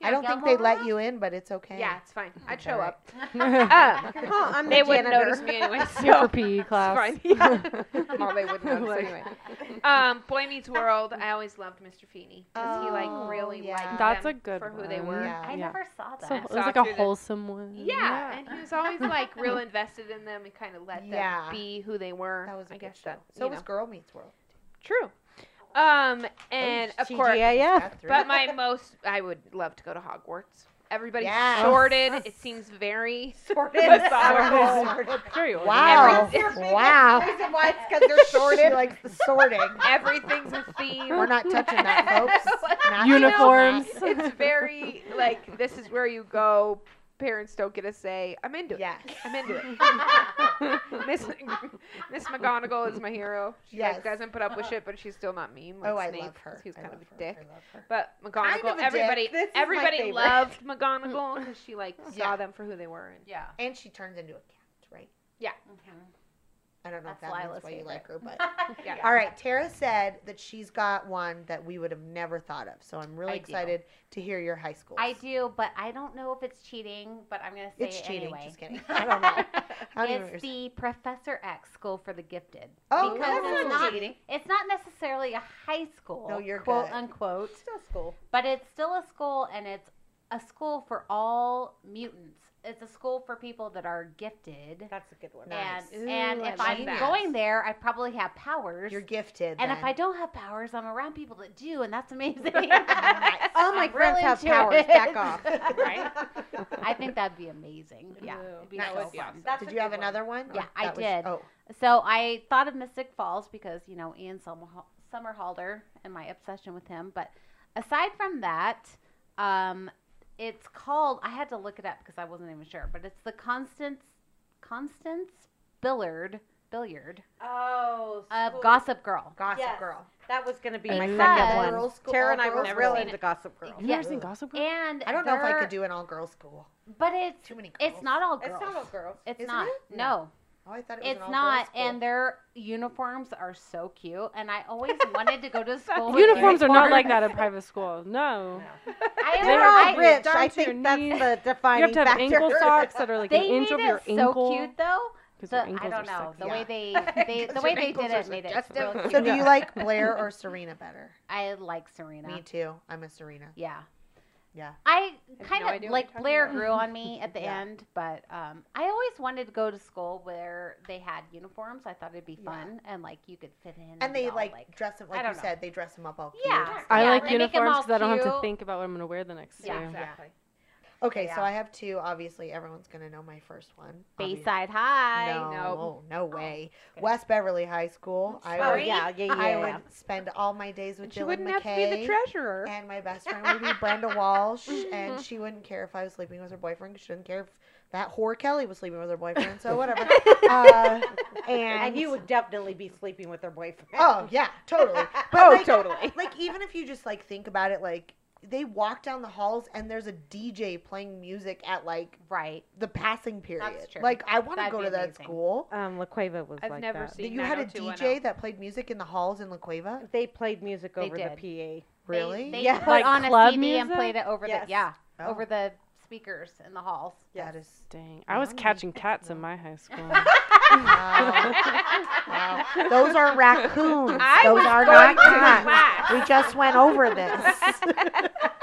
D: yeah,
B: I don't think they let you in, but it's okay.
D: Yeah, it's fine. I'd show
B: Alright.
D: up. Uh,
F: Huh, I'm
D: they
F: the
D: wouldn't
F: janitor.
D: notice me anyway. So
G: Here for PE class.
D: It's fine. Yeah. oh, they wouldn't notice
G: Like-
D: anyway. Um, Boy Meets World. I always loved Mr. Feeney because he
B: Oh,
D: like really
B: yeah.
D: liked
G: That's
D: them
E: um,
G: a good
D: for who they
G: one.
D: were.
B: Yeah.
E: I
G: Yeah.
E: never saw
G: So it
E: that.
G: was
D: saw
G: like
D: through
G: a
D: the-
G: wholesome one.
D: Yeah, and he was always like real invested in them and kind of let them
B: Yeah.
D: be who they were.
B: That was a
D: I
B: good
D: guess
B: show.
D: that
B: so
D: you
B: was
D: know.
B: Girl Meets World.
D: true. Um, and of course,
F: TGIF.
D: but my most I would love to go to Hogwarts. Everybody's
B: Yes.
D: sorted. It seems very
F: Sorted.
D: Methodical.
F: Oh,
B: Wow.
F: Everyone's your
B: Wow.
F: biggest reason why it's because they're sorted.
B: She likes the sorting.
D: everything's a theme.
B: We're not touching that, folks.
D: Like,
B: Not
G: Uniforms.
B: doing
D: it's very like this is where you go. Parents don't get a say. I'm into
B: that.
D: it.
B: Yes.
D: I'm into it. Miss Miss McGonagall is my hero. She like,
B: Yes. Uh-huh.
D: doesn't put up with shit, but she's still not mean. Like
B: Oh, I
D: Snape.
B: love her.
D: He was
B: I
D: kind of
B: love
D: a
B: her.
D: dick.
B: I love her.
D: But McGonagall,
B: of a dick.
D: everybody,
F: This is my
D: everybody
F: favorite.
D: loved McGonagall because she like
B: Yeah.
D: saw them for who they were. And
E: Yeah. Mm-hmm.
B: And she turns into a cat, right? I don't know
E: That's
B: if that
E: Lila's
B: means why you
E: favorite.
B: like her, but
D: Yeah.
B: All right, Tara said that she's got one that we would have never thought of. So I'm really
E: I do.
B: excited to hear your high school.
E: I do, but I don't know if it's cheating, but I'm going to say
B: It's
E: it
B: cheating.
E: anyway.
B: Just kidding. I don't know. I don't even
E: it's
B: understand.
E: the Professor X School for the Gifted.
B: Oh,
E: because
B: that's
E: it's
B: not
E: not, it's not necessarily a high school,
B: No, you're
E: quote
B: good.
E: unquote,
F: Still school.
E: but it's still a school and it's a school for all mutants. It's a school for people that are gifted.
F: That's a good one.
B: Nice.
E: And, and
D: Ooh, I
E: if
D: love
E: I'm
B: that.
E: going there, I probably have powers.
B: You're gifted.
E: and
B: then.
E: if I don't have powers, I'm around people that do, and that's amazing.
F: Oh my
E: I'm
F: grandpa
E: really
F: has
E: into
F: powers.
E: it.
F: Back off.
D: Right?
E: I think that'd be amazing. Yeah,
F: Ew.
E: it'd be
B: That
E: so
B: would be
E: fun.
D: awesome.
F: That's a
B: did you have
F: good one.
B: another one?
E: Yeah,
B: Or
E: I
B: that was-
E: did.
B: oh,
E: So I thought of Mystic Falls because, you know, Ian Somerha- Somerhalder and my obsession with him. But aside from that, um, it's called, I had to look it up because I wasn't even sure, but it's the Constance, Constance Billard, Billiard
F: Oh,
E: of
F: school.
E: Gossip Girl.
B: Gossip
F: Yes.
B: Girl.
F: That was gonna be my
G: Because-
F: second one.
B: Girls' school-
F: Tara and I
B: all
F: were
B: girls'
F: real
B: school.
F: into Gossip Girl.
G: You
E: Yeah.
G: ever seen Gossip Girl?
E: And
B: I don't know if I
E: they're-
B: could do an all girls school.
E: But it's,
B: Too many girls.
E: it's not all
F: It's
E: girls.
F: not all girls.
E: It's
B: isn't
E: not.
B: it?
E: No.
B: Oh, I thought it was
E: It's
B: an
E: not,
B: all-girls school.
E: and their uniforms are so cute. And I always wanted to go to school. with
G: Uniforms are not like that in private school. No.
E: I
G: They
E: know,
G: are
E: right?
G: like
F: rich.
G: down
F: I
G: to your
F: think that's
G: knees.
F: the
G: You
F: defining
G: have to have
F: factor.
G: ankle socks that are like
E: They
G: an inch
E: made
G: over your
E: it so
G: ankle.
E: cute though.
G: because
E: The,
G: her
E: I
G: ankles
E: don't
G: are
E: know.
G: sexy.
E: the way they, they the way they did it made it real cute.
B: So do you like Blair or Serena better?
E: I like Serena.
B: Me too. I'm a Serena.
E: Yeah.
B: Yeah.
E: I
D: have
E: kind
D: no
E: of
D: idea what you're
E: like
D: talking
E: Blair
D: about.
E: grew on me at the
B: Yeah.
E: end, but um, I always wanted to go to school where they had uniforms. I thought it'd be
B: Yeah.
E: fun and like you could fit in.
B: And they
E: be all,
B: like, dress them
E: I
B: like
E: don't
B: you
E: know.
B: said. They dress them up all cute.
E: yeah.
G: I
E: yeah,
G: like
E: they make 'em
G: uniforms
E: all
G: because I don't have to
E: cute.
G: think about what I'm gonna wear the next
E: Yeah.
G: day.
B: Exactly. Okay, so
E: Yeah.
B: I have two. Obviously, everyone's gonna know my first one. Obvious-
E: Bayside High.
B: No,
D: no.
B: no way. West Beverly High School. I
F: Oh
B: would,
F: yeah, yeah, yeah.
B: I
F: yeah.
B: would spend all my days with
D: she
B: Dylan
D: wouldn't
B: McKay.
D: have to be the treasurer.
B: and my best friend would be Brenda Walsh, and she wouldn't care if I was sleeping with her boyfriend. 'cause She didn't care if that whore Kelly was sleeping with her boyfriend. So whatever. uh, and,
F: And you would definitely be sleeping with her boyfriend.
B: Oh yeah, totally. But
D: oh,
B: like,
D: totally.
B: like even if you just like think about it, like they walk down the halls and there's a DJ playing music at like
E: Right.
B: the passing period.
E: true.
B: Like I want to
E: That'd
B: go
E: be
B: to that
E: amazing. Uh,
B: school.
F: Um, La Cueva was
D: I've
F: like
D: never
F: that.
D: seen
B: you had a
D: 90210.
B: DJ that played music in the halls in La Cueva.
F: They played music
E: They
F: over
E: did.
F: the PA.
E: They-
B: Really?
E: They,
F: Yeah.
E: put
G: Like
E: on a
G: club
E: CD and
G: music?
E: played it over
F: Yes.
E: the yeah
B: Oh.
E: over the speakers in the halls.
B: That is
G: Dang, I was
B: Yummy.
G: catching cats in my high school.
B: wow. wow. Those are raccoons.
D: I
B: Those
D: was
B: are
D: going
B: not
D: to
B: cats.
D: class.
B: We just went over this.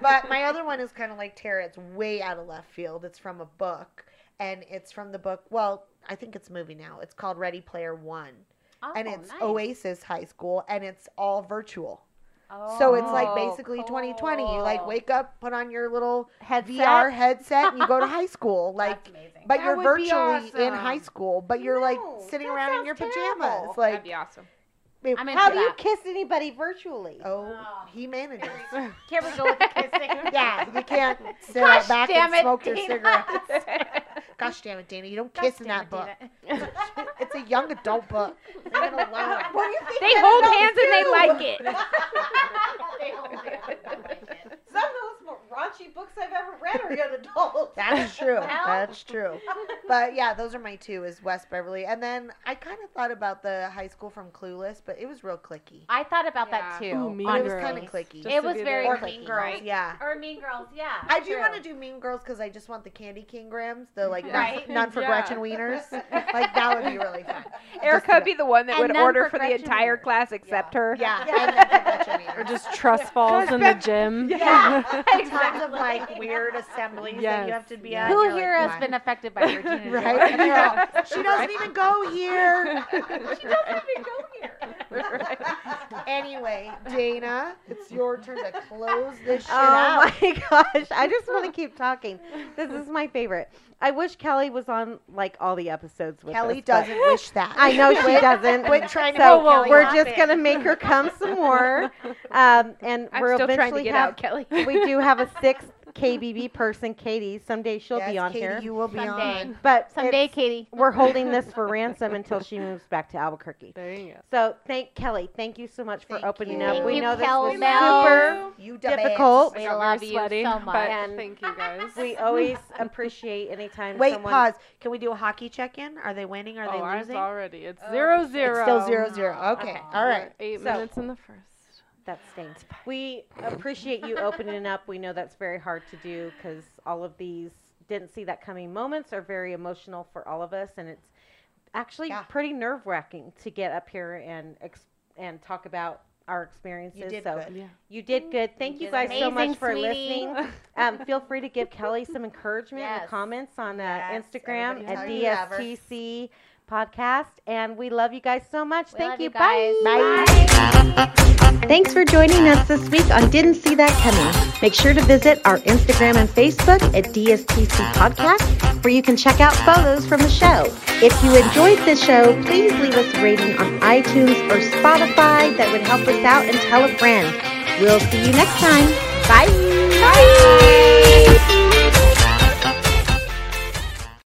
B: but my other one is kind of like Tara. It's way out of left field. It's from a book, and it's from the book. Well, I think it's a movie now. It's called Ready Player One,
E: Oh,
B: and it's
E: nice.
B: Oasis High School, and it's all virtual. So it's like
E: Oh,
B: basically 2020. You like
E: cool.
B: wake up, put on your little
E: Headset?
B: VR headset, and you go to high school. Like
E: That's amazing.
B: but
D: That
B: you're
D: would be
B: virtually in high
D: awesome.
B: school, but you're like
F: No,
B: sitting
F: that
B: around in
F: sounds
B: your
F: terrible.
B: pajamas.
D: That'd
B: Like,
D: be awesome.
E: I'm into
F: How do you
E: that.
F: kiss anybody virtually?
B: oh,
E: Oh.
B: he manages.
E: Can't we go with the kissing?
B: yeah, you can't sit
E: Gosh
B: out back
E: damn
B: and
E: it,
B: smoke your
E: Dana.
B: cigarettes. Gosh damn it, Dana, you don't kiss in
E: Gosh damn
B: that book.
E: it, Dina.
B: It's a young adult book. Leave it alone.
F: What do you think?
D: They
F: that
D: hold
F: adults
D: hands and they
F: do?
D: like it.
E: They hold hands and like it.
F: Some of the most raunchy books I've ever read are young adults.
B: That's true. That's true. But yeah, those are my two is West Beverly. And then I kind of thought about the high school from Clueless, but it was real clicky.
E: I thought about that
D: Yeah.
E: too.
G: Ooh, Mean
B: It was
G: Girls.
B: kind of clicky.
G: Just
E: It
G: to
E: was
G: be
E: very
G: there.
B: or
E: clicky.
B: Mean Girls, yeah.
E: Or Mean Girls, yeah.
B: I do
E: true.
B: want to do Mean Girls because I just want the Candy King Grams, the like none-
E: Right.
B: none for
G: Yeah.
B: Gretchen Wieners. Like that would be really fun.
D: Erica would be the one that
E: And
D: would
E: none
D: order
E: for
D: for the
E: Gretchen
D: entire
E: Wieners.
D: class except her.
B: Yeah, and then for Gretchen
G: or
B: Wieners.
G: just trust falls in the gym.
B: yeah, tons of like weird assemblies that you
G: Yes.
B: have to be
G: Who
B: at.
E: Who
B: You're
E: here
B: like,
E: has been affected by your teenage
B: "Why?"
E: boyfriend?
B: right? And you're all, she doesn't even go here. Anyway, Dana, it's your turn to close this shit
F: Oh
B: out.
F: my gosh, I just want to keep talking. This is my favorite. I wish Kelly was on like all the episodes with
B: Kelly
F: us, but-
B: doesn't wish that.
F: I know she doesn't.
B: Quit trying to
F: so
B: make Kelly
F: we're
B: laugh
F: just
B: it.
F: gonna make her come some more, um, and
D: I'm
F: we're
D: still trying to
F: eventually
D: get
F: have.
D: out, Kelly.
F: we do have a sixth KBB person, Katie. Someday she'll
B: yes,
F: be on
B: Katie,
F: here,
B: You will be
E: Someday.
B: on.
F: but
E: Someday,
F: it's-
E: Katie.
F: we're holding this for ransom until she moves back to Albuquerque.
G: There you go.
F: So thank Kelly. Thank you so much for
B: Thank
F: opening
B: you.
F: up.
B: Thank
F: we
E: you,
F: know this
E: Kel
F: was
E: Mel.
F: super.
B: You dumbass.
E: We
F: Difficult.
D: I got very
E: love you
D: sweaty,
E: so
D: but-
E: much.
F: And-
G: Thank you guys.
F: We always appreciate anytime.
B: Wait,
F: someone...
B: pause. Can we do a hockey check-in? Are they winning? Are
G: oh,
B: they
G: ours
B: losing?
G: already. It's
E: Oh,
G: zero zero.
B: It's still zero zero. Okay.
E: Okay.
B: All right.
G: Eight
F: So-
G: minutes in the first.
F: That stinks. We appreciate you opening up. We know that's very hard to do because all of these didn't see that coming moments are very emotional for all of us, and it's actually
B: Yeah.
F: pretty nerve wracking to get up here and ex- and talk about our experiences.
B: You did
F: so
B: good.
G: Yeah.
F: you did good. Thank you,
E: did
F: guys so much
E: amazing,
F: for
E: sweetie.
F: listening. Um, feel free to give Kelly some encouragement in the
E: Yes.
F: comments on uh,
B: Yes,
F: Instagram
B: everybody
F: at
B: tell your lover.
F: DSTC podcast, and we love you guys so much.
E: We
F: Thank
E: love
F: you.
E: you guys.
F: Bye.
A: Thanks for joining us this week on Didn't See That Coming. Make sure to visit our Instagram and Facebook at DSTC Podcast, where you can check out photos from the show. If you enjoyed this show, please leave us a rating on iTunes or Spotify. That would help us out and tell a friend. We'll see you next time. Bye. Bye.